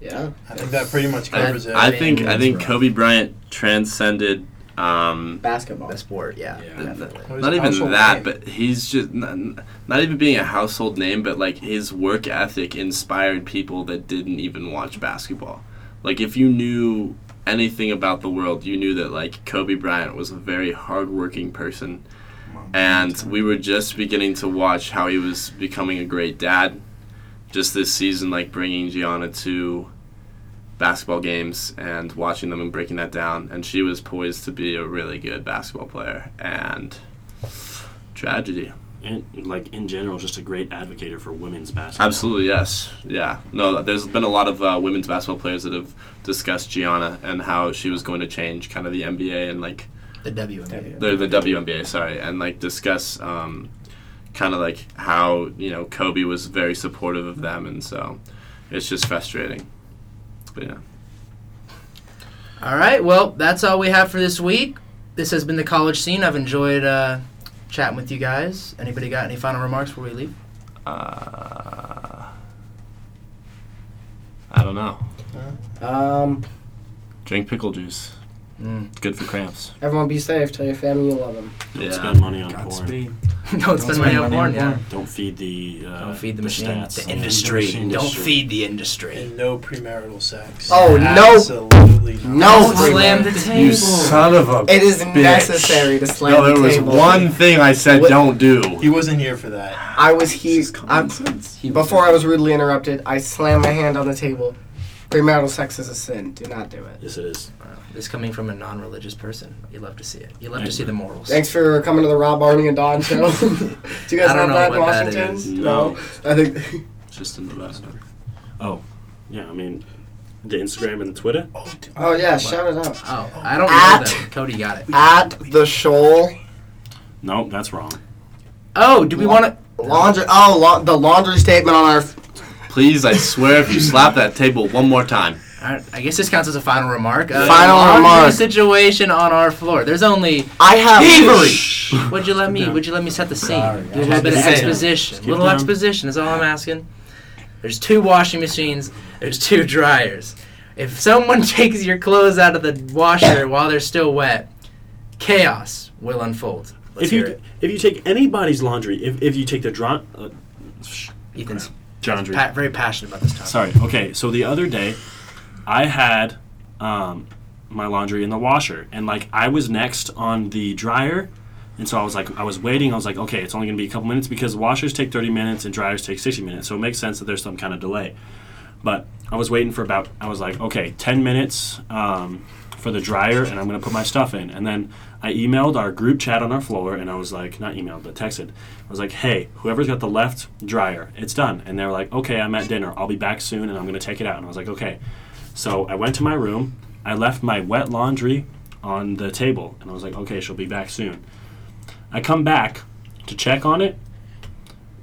Speaker 6: Yeah.
Speaker 5: I think that pretty much
Speaker 2: I,
Speaker 5: covers it.
Speaker 2: I think I think
Speaker 4: That's
Speaker 2: Kobe Bryant transcended. Um,
Speaker 6: Basketball.
Speaker 1: The sport. Yeah.
Speaker 4: Yeah.
Speaker 1: Definitely.
Speaker 5: It was
Speaker 2: not
Speaker 5: a
Speaker 2: even
Speaker 5: household
Speaker 2: that,
Speaker 5: name.
Speaker 2: but he's just not, not even being a household name, but like his work ethic inspired people that didn't even watch basketball. Like if you knew anything about the world, you knew that like Kobe Bryant was a very hardworking person, and we were just beginning to watch how he was becoming a great dad. Just this season, like bringing Gianna to basketball games and watching them and breaking that down, and she was poised to be a really good basketball player and tragedy.
Speaker 3: And like in general, just a great advocate for women's basketball.
Speaker 2: Absolutely, yes. Yeah. No, there's been a lot of uh, women's basketball players that have discussed Gianna and how she was going to change kind of the NBA and like
Speaker 1: The WNBA.
Speaker 2: the, the WNBA, sorry, and like discuss um, kind of like how, you know, Kobe was very supportive of them. And so it's just frustrating. But yeah.
Speaker 1: All right. Well, that's all we have for this week. This has been the college scene. I've enjoyed uh, chatting with you guys. Anybody got any final remarks before we leave?
Speaker 2: Uh, I don't know.
Speaker 6: Um,
Speaker 2: Drink pickle juice.
Speaker 1: Mm.
Speaker 2: Good for cramps.
Speaker 6: everyone be safe. Tell your family you love them.
Speaker 3: Don't spend money on porn.
Speaker 1: [LAUGHS] Don't spend money on porn. Yeah.
Speaker 3: Don't feed the uh,
Speaker 1: Don't feed the machine.
Speaker 3: stats.
Speaker 1: The
Speaker 3: Yeah,
Speaker 1: industry.
Speaker 3: machine
Speaker 1: Don't
Speaker 3: industry.
Speaker 1: feed the industry.
Speaker 5: And no premarital sex.
Speaker 6: Oh, no.
Speaker 5: Absolutely not.
Speaker 1: Don't
Speaker 6: Free
Speaker 1: slam the
Speaker 6: money.
Speaker 1: table.
Speaker 2: You son of a.
Speaker 6: It is
Speaker 2: bitch.
Speaker 6: necessary to slam
Speaker 2: No, there
Speaker 6: the
Speaker 2: was
Speaker 6: table.
Speaker 2: one thing I said
Speaker 6: What-
Speaker 2: don't do.
Speaker 5: He wasn't here for that.
Speaker 6: I was here. I'm- Before I was rudely interrupted, I slammed my hand on the table. Premarital sex is a sin. Do not do it.
Speaker 3: Yes, it is.
Speaker 1: This coming from a non-religious person. You love to see it. You love to
Speaker 3: Thank
Speaker 1: see the morals.
Speaker 6: Thanks for coming to the Rob Arnie and Don show. [LAUGHS] do you guys
Speaker 1: I don't
Speaker 6: have
Speaker 1: know
Speaker 6: that in
Speaker 1: what that
Speaker 6: Washington?
Speaker 1: is.
Speaker 6: No. I think. [LAUGHS]
Speaker 2: Just in the basket.
Speaker 3: Oh. Yeah, I mean, the Instagram and the Twitter.
Speaker 6: Oh yeah, shout it out.
Speaker 1: Oh, I don't
Speaker 6: At-
Speaker 1: know that. Cody got it.
Speaker 6: At the shoal
Speaker 3: No, that's wrong.
Speaker 1: Oh, do we want to?
Speaker 6: laundry. Oh, la- the laundry statement on our.
Speaker 2: Please, I swear, if you slap that table one more time.
Speaker 1: I I guess this counts as a final remark. Uh,
Speaker 6: Final
Speaker 1: laundry
Speaker 6: remark.
Speaker 1: Situation on our floor. There's only.
Speaker 6: I have.
Speaker 1: Thievery! Would you let me? Would you let me set the scene?
Speaker 4: Sorry,
Speaker 1: Do a little bit of
Speaker 3: Just keep
Speaker 1: exposition.
Speaker 3: down.
Speaker 1: A little
Speaker 3: Just keep
Speaker 1: exposition is all I'm asking. There's two washing machines. There's two dryers. If someone [LAUGHS] takes your clothes out of the washer while they're still wet, chaos will unfold. Let's
Speaker 3: if
Speaker 1: hear
Speaker 3: you
Speaker 1: it.
Speaker 3: if you take anybody's laundry, if, if you take the dra- uh,
Speaker 1: Ethan's
Speaker 3: laundry.
Speaker 1: pa- very passionate about this topic.
Speaker 3: Sorry. Okay. So the other day, I had um, my laundry in the washer, and like I was next on the dryer, and so I was like, I was waiting. I was like, okay, it's only gonna be a couple minutes because washers take thirty minutes and dryers take sixty minutes, so it makes sense that there's some kind of delay. But I was waiting for about. I was like, okay, ten minutes um, for the dryer, and I'm gonna put my stuff in, and then. I emailed our group chat on our floor and I was like, not emailed, but texted. I was like, hey, whoever's got the left dryer, it's done. And they were like, okay, I'm at dinner. I'll be back soon and I'm going to take it out. And I was like, okay. So I went to my room. I left my wet laundry on the table and I was like, okay, she'll be back soon. I come back to check on it.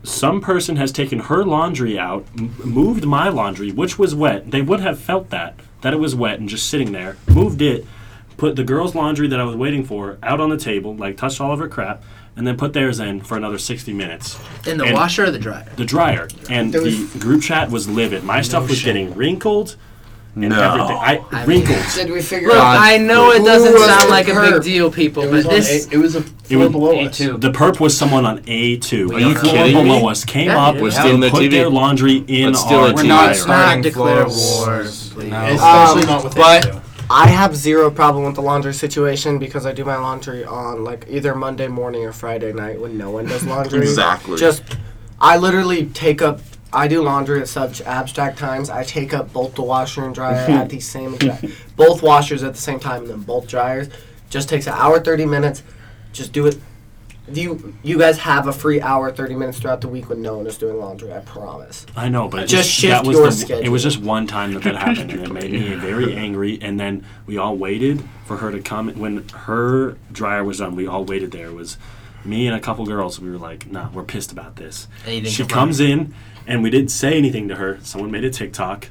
Speaker 3: Some person has taken her laundry out, m- moved my laundry, which was wet. They would have felt that, that it was wet and just sitting there, moved it, put the girl's laundry that I was waiting for out on the table, like touched all of her crap, and then put theirs in for another 60 minutes.
Speaker 1: In the
Speaker 3: And-
Speaker 1: washer or the dryer?
Speaker 3: The dryer and the group chat was livid. My stuff was getting wrinkled. and
Speaker 2: No.
Speaker 3: everything. I,
Speaker 1: I mean-
Speaker 3: wrinkles.
Speaker 6: Did we figure
Speaker 1: Look,
Speaker 6: out?
Speaker 1: I know it
Speaker 6: Who
Speaker 1: doesn't
Speaker 6: was
Speaker 1: sound
Speaker 6: the
Speaker 1: like a
Speaker 6: perp?
Speaker 1: big deal, people,
Speaker 5: It
Speaker 1: but
Speaker 5: was, on
Speaker 1: this
Speaker 5: a, it was a floor
Speaker 3: was
Speaker 5: below us.
Speaker 4: A2.
Speaker 3: The perp was someone on A two.
Speaker 2: Are you
Speaker 3: the floor
Speaker 2: kidding
Speaker 3: below
Speaker 2: me?
Speaker 3: us came
Speaker 1: Yeah,
Speaker 3: up.
Speaker 1: dude. We're
Speaker 2: still in
Speaker 3: and
Speaker 2: the
Speaker 3: put
Speaker 2: TV.
Speaker 3: their laundry in
Speaker 2: Let's steal
Speaker 3: our.
Speaker 2: a
Speaker 4: We're
Speaker 2: TV.
Speaker 4: not
Speaker 2: Right.
Speaker 4: starting
Speaker 1: declare
Speaker 4: floor
Speaker 1: war,
Speaker 4: wars.
Speaker 1: please.
Speaker 4: No.
Speaker 5: Especially
Speaker 6: Um,
Speaker 5: not with
Speaker 6: but-
Speaker 5: A2.
Speaker 6: I have zero problem with the laundry situation because I do my laundry on like either Monday morning or Friday night when no one does laundry.
Speaker 2: Exactly.
Speaker 6: Just, I literally take up. I do laundry at such abstract times. I take up both the washer and dryer at the same exact, both washers at the same time, and then both dryers. Just takes an hour thirty minutes. Just do it. You you guys have a free hour thirty minutes throughout the week when no one is doing laundry. I promise.
Speaker 3: I know, but it
Speaker 6: Just
Speaker 3: was-
Speaker 6: shift
Speaker 3: that was
Speaker 6: your
Speaker 3: the,
Speaker 6: schedule.
Speaker 3: It was just one time that that happened, and it made me very angry. And then we all waited for her to come. When her dryer was done, we all waited there. It was me and a couple girls. We were like, "Nah, we're pissed about this."
Speaker 1: And you didn't
Speaker 3: She
Speaker 1: confront
Speaker 3: comes in, and we didn't say anything to her. Someone made a TikTok.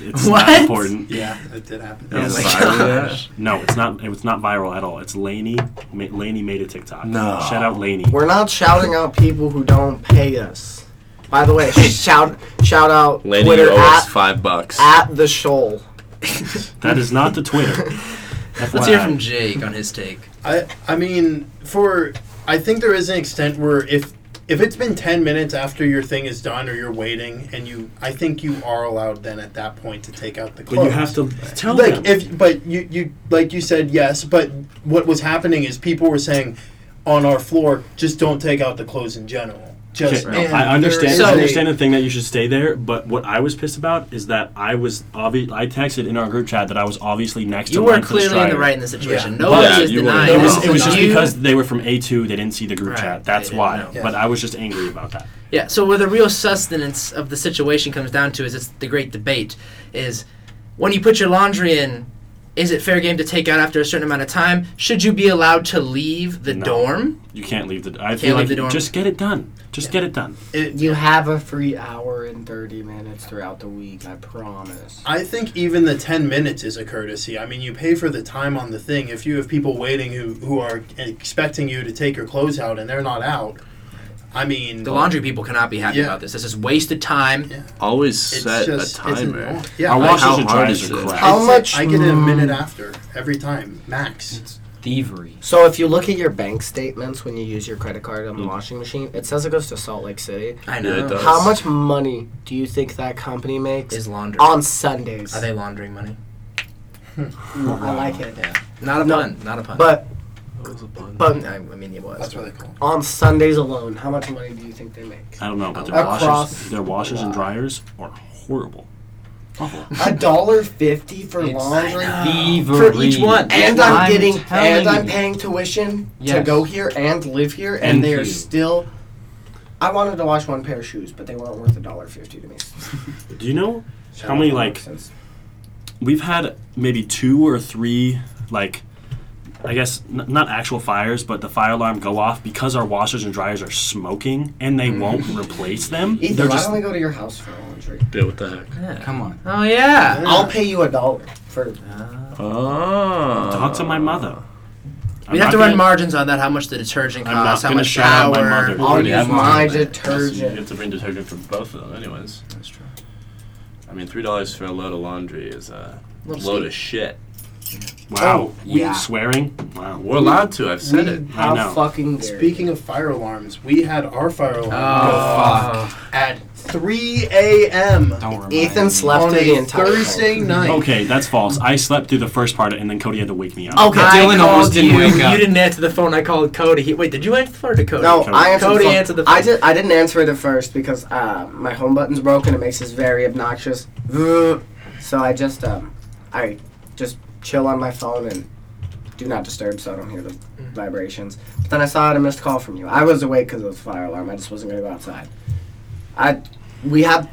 Speaker 3: it's
Speaker 1: What?
Speaker 5: [LAUGHS]
Speaker 3: not important.
Speaker 5: Yeah, that did happen.
Speaker 2: Oh my gosh.
Speaker 3: No, it's not. It was not viral at all. It's Laney. Ma- Laney made a TikTok.
Speaker 2: No.
Speaker 3: Shout out Laney.
Speaker 6: We're not shouting out people who don't pay us. By
Speaker 2: [LAUGHS]
Speaker 6: the way, shout shout out
Speaker 2: Lady, you
Speaker 6: Twitter
Speaker 2: owe us
Speaker 6: at,
Speaker 2: five bucks.
Speaker 6: at the shoal.
Speaker 3: That is not the Twitter.
Speaker 1: Let's hear from Jake on his take.
Speaker 5: I I mean, for I think there is an extent where if if it's been ten minutes after your thing is done or you're waiting and you, I think you are allowed then at that point to take out the clothes.
Speaker 3: But you have to tell them.
Speaker 5: like if but you you like you said yes, but what was happening is people were saying on our floor just don't take out the clothes in general. Just
Speaker 3: Okay,
Speaker 5: and
Speaker 3: I understand.
Speaker 5: there
Speaker 1: So-
Speaker 3: I
Speaker 5: is a-
Speaker 3: understand the thing that you should stay there, but what I was pissed about is that I was obvi- I texted in our group chat that I was obviously next
Speaker 1: You
Speaker 3: to.
Speaker 1: were
Speaker 3: Lance and
Speaker 1: clearly in the
Speaker 3: Strider.
Speaker 1: right in this situation.
Speaker 5: Yeah.
Speaker 1: Nobody
Speaker 2: Yeah,
Speaker 1: is
Speaker 2: you were.
Speaker 1: denying
Speaker 3: It
Speaker 2: No,
Speaker 3: was,
Speaker 1: this.
Speaker 3: it was just
Speaker 1: You-
Speaker 3: because they were from A2. They didn't see the group
Speaker 1: Right,
Speaker 3: chat.
Speaker 1: they
Speaker 3: That's
Speaker 1: didn't
Speaker 3: why.
Speaker 1: know.
Speaker 3: But I was just angry about that.
Speaker 1: Yeah, so where the real sustenance of the situation comes down to is it's the great debate is when you put your laundry in, is it fair game to take out after a certain amount of time? Should you be allowed to leave the
Speaker 3: No.
Speaker 1: dorm?
Speaker 3: You can't leave the. I feel
Speaker 1: leave
Speaker 3: like
Speaker 1: the dorm.
Speaker 3: just get it done. Just get it done.
Speaker 5: it-
Speaker 6: You have a free hour and thirty minutes throughout the week. I promise.
Speaker 5: I think even the 10 minutes is a courtesy. I mean, you pay for the time on the thing. If you have people waiting who, who are expecting you to take your clothes out and they're not out, I mean,
Speaker 1: The laundry people cannot be happy
Speaker 5: Yeah.
Speaker 1: about this. This is wasted time.
Speaker 2: Always
Speaker 5: it's
Speaker 2: set
Speaker 5: just,
Speaker 2: a
Speaker 5: it's
Speaker 2: timer.
Speaker 5: annoying. yeah,
Speaker 3: Our
Speaker 5: I-
Speaker 2: watch- how
Speaker 3: washers and
Speaker 2: hard
Speaker 3: dryers
Speaker 2: is
Speaker 3: are
Speaker 2: it?
Speaker 5: I
Speaker 3: crap.
Speaker 6: How
Speaker 5: say-
Speaker 6: much
Speaker 5: I get a minute
Speaker 6: mm,
Speaker 5: after every time, max.
Speaker 4: It's thievery.
Speaker 6: So if you look at your bank statements when you use your credit card on the
Speaker 2: Mm.
Speaker 6: washing machine, it says it goes to Salt Lake City.
Speaker 1: I
Speaker 2: Yeah,
Speaker 1: know.
Speaker 2: it does.
Speaker 6: How much money do you think that company makes
Speaker 1: is laundry?
Speaker 6: on Sundays?
Speaker 1: Are they laundering money?
Speaker 6: I like it,
Speaker 1: Not a
Speaker 6: No.
Speaker 1: pun. Not a pun.
Speaker 6: but
Speaker 1: I,
Speaker 6: but
Speaker 1: I mean, it was.
Speaker 5: That's what they call it.
Speaker 6: on Sundays alone, how much money do you think they make?
Speaker 3: I don't know, but their
Speaker 6: Across
Speaker 3: washers, their washers and
Speaker 6: the
Speaker 3: dryers are horrible. Awful.
Speaker 6: A dollar fifty for laundry,
Speaker 4: Thievery.
Speaker 1: For each one.
Speaker 6: and
Speaker 4: I'm
Speaker 6: I'm getting
Speaker 4: telling
Speaker 6: and I'm
Speaker 4: you.
Speaker 6: paying tuition to
Speaker 4: Yes.
Speaker 6: go here and live here, and,
Speaker 3: And
Speaker 6: they are
Speaker 3: you.
Speaker 6: still. I wanted to wash one pair of shoes, but they weren't worth a dollar fifty to me.
Speaker 3: Do you know how many like
Speaker 6: Since-
Speaker 3: we've had maybe two or three like i guess n- not actual fires but the fire alarm go off because our washers and dryers are smoking and they won't replace them
Speaker 6: Ethan,
Speaker 3: they're
Speaker 6: why
Speaker 3: just
Speaker 6: don't we go to your house for laundry?
Speaker 2: Yeah, what the heck?
Speaker 1: Yeah.
Speaker 4: Come on.
Speaker 1: Oh yeah.
Speaker 6: I'll pay you a dollar for.
Speaker 2: Oh.
Speaker 3: talk to my mother I'm
Speaker 1: We'd have
Speaker 3: not
Speaker 1: to run
Speaker 3: gonna-
Speaker 1: margins on that. How much the detergent
Speaker 3: I'm not
Speaker 1: costs? How
Speaker 3: gonna
Speaker 1: much
Speaker 3: shout out
Speaker 1: shower?
Speaker 3: my mother. We
Speaker 6: I'll
Speaker 3: already
Speaker 6: use
Speaker 3: have
Speaker 6: my
Speaker 3: laundry.
Speaker 2: You
Speaker 6: detergent.
Speaker 2: have to bring detergent for both of them, anyways.
Speaker 1: That's true.
Speaker 2: I mean, three dollars for a load of laundry is a
Speaker 1: Little
Speaker 2: load of shit.
Speaker 3: wow we
Speaker 6: yeah.
Speaker 3: swearing wow
Speaker 2: We're allowed to. I've said it.
Speaker 3: I know.
Speaker 6: How fucking dare you.
Speaker 5: Speaking of fire alarms, we had our fire alarm
Speaker 1: Oh,
Speaker 5: go off at 3 a.m.
Speaker 4: Don't remind
Speaker 6: Ethan
Speaker 4: me.
Speaker 6: slept
Speaker 5: on
Speaker 6: through the
Speaker 5: a
Speaker 6: entire thing.
Speaker 5: Thursday night.
Speaker 3: okay that's false i slept through the first part and then cody had to wake me up
Speaker 6: Okay.
Speaker 1: I
Speaker 4: Dylan
Speaker 1: called
Speaker 4: almost didn't
Speaker 1: you.
Speaker 4: wake up.
Speaker 1: You didn't answer the phone. I called Cody. He, wait, did you answer the phone to Cody?
Speaker 6: No,
Speaker 3: Cody.
Speaker 6: I answered
Speaker 1: Cody
Speaker 6: the phone.
Speaker 1: answered the
Speaker 6: I,
Speaker 1: phone.
Speaker 6: did, I didn't answer it at first because uh, my home button's broken. It makes this very obnoxious. So I just um, I just chill on my phone and do not disturb so I don't hear the vibrations. But then I saw I had a missed call from you. I was awake because of the fire alarm. I just wasn't going to go outside. I we have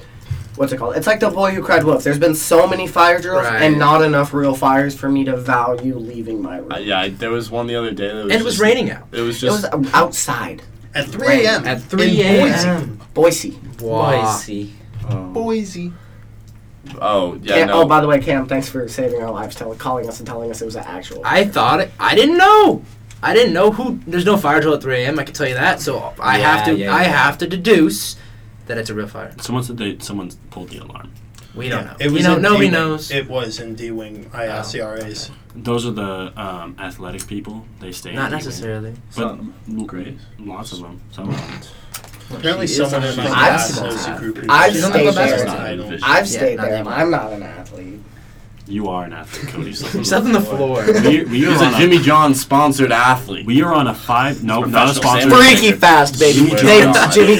Speaker 6: what's it called? It's like the boy who cried wolf. There's been so many fire drills
Speaker 1: Right.
Speaker 6: and not enough real fires for me to value leaving my room.
Speaker 2: Uh, yeah, I, there was one the other day. That was
Speaker 1: And it was
Speaker 2: just-
Speaker 1: raining out.
Speaker 2: It was
Speaker 6: it was
Speaker 2: just.
Speaker 6: uh, outside
Speaker 5: At 3 a.m.
Speaker 4: At
Speaker 5: in
Speaker 4: 3 a.m.
Speaker 6: Boise.
Speaker 1: Wow.
Speaker 4: Boise.
Speaker 5: Boise.
Speaker 2: oh yeah.
Speaker 6: Cam,
Speaker 2: no.
Speaker 6: Oh, by the way, Cam, thanks for saving our lives, tell, calling us and telling us it was an actual.
Speaker 1: I thought it, I didn't know. I didn't know who. There's no fire drill at 3 a.m. I can tell you that. So I
Speaker 4: Yeah,
Speaker 1: have to.
Speaker 4: yeah,
Speaker 1: I
Speaker 4: yeah.
Speaker 1: have to deduce that it's a real fire.
Speaker 3: someone said they someone pulled the alarm
Speaker 1: We don't know.
Speaker 5: It was
Speaker 1: you know,
Speaker 5: in
Speaker 1: nobody
Speaker 5: D-wing.
Speaker 1: knows.
Speaker 5: It was in D wing ISCRAs.
Speaker 3: Those are the um, athletic people. They stay. in
Speaker 1: Not
Speaker 3: D-wing.
Speaker 1: necessarily.
Speaker 3: But
Speaker 2: Some.
Speaker 3: l-
Speaker 2: Great.
Speaker 3: lots of them. Some of them.
Speaker 5: Apparently,
Speaker 1: She is
Speaker 5: someone
Speaker 1: on
Speaker 5: in
Speaker 1: the
Speaker 5: my
Speaker 1: show.
Speaker 6: I've
Speaker 5: class
Speaker 6: seen
Speaker 5: knows
Speaker 6: that.
Speaker 5: a group. who
Speaker 6: I've
Speaker 5: does
Speaker 1: She's on
Speaker 5: that.
Speaker 1: the
Speaker 6: stayed
Speaker 1: basketball
Speaker 6: there.
Speaker 1: team.
Speaker 2: Idol Vision.
Speaker 1: Yeah,
Speaker 6: I've stayed
Speaker 1: not
Speaker 6: there. and
Speaker 1: anymore.
Speaker 6: I'm not an athlete.
Speaker 3: You are an athlete, Cody.
Speaker 1: He's on the
Speaker 6: [LAUGHS]
Speaker 1: floor.
Speaker 3: We, we,
Speaker 2: He's
Speaker 3: are on
Speaker 2: a Jimmy John sponsored athlete.
Speaker 3: we are on a five. No, not a
Speaker 2: Professional
Speaker 3: sponsor.
Speaker 2: sandwich.
Speaker 6: Freaky fast, baby.
Speaker 2: Jimmy
Speaker 6: They-
Speaker 2: John's.
Speaker 6: Jimmy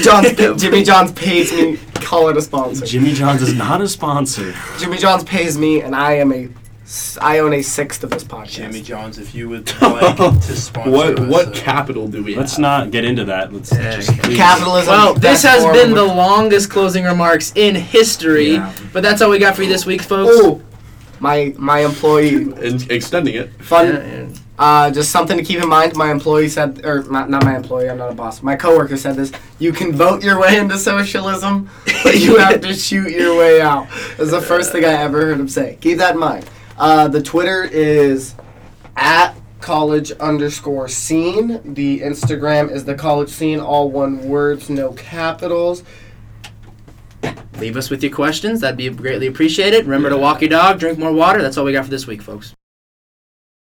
Speaker 1: [LAUGHS]
Speaker 6: John's. Jimmy John's pays me. Call it a sponsor.
Speaker 3: Jimmy John's is not a sponsor.
Speaker 6: Jimmy John's pays me, and I am a. s- I own a sixth of this podcast.
Speaker 5: Jimmy Johns, if you would like to sponsor
Speaker 2: What
Speaker 5: us,
Speaker 2: what
Speaker 5: uh,
Speaker 2: capital do we have?
Speaker 3: Let's not get into that. Let's just
Speaker 1: Okay.
Speaker 3: please.
Speaker 6: Capitalism.
Speaker 1: Well, this
Speaker 6: that's
Speaker 1: has been the
Speaker 6: horrible.
Speaker 1: longest closing remarks in history,
Speaker 4: Yeah.
Speaker 1: but that's all we got for you this week, folks.
Speaker 6: Oh, my my employee.
Speaker 2: And extending it.
Speaker 6: Fun.
Speaker 1: Yeah,
Speaker 6: Uh, just something to keep in mind. My employee said, or not, not my employee. I'm not a boss. My coworker said this. You can vote your way into socialism, but you have to shoot your way out. That's the first thing I ever heard him say. Keep that in mind. Uh, the Twitter is at college underscore scene. The Instagram is the college scene, all one words, no capitals.
Speaker 1: yeah. Leave us with your questions. That'd be greatly appreciated. Remember to walk your dog, drink more water. That's all we got for this week, folks.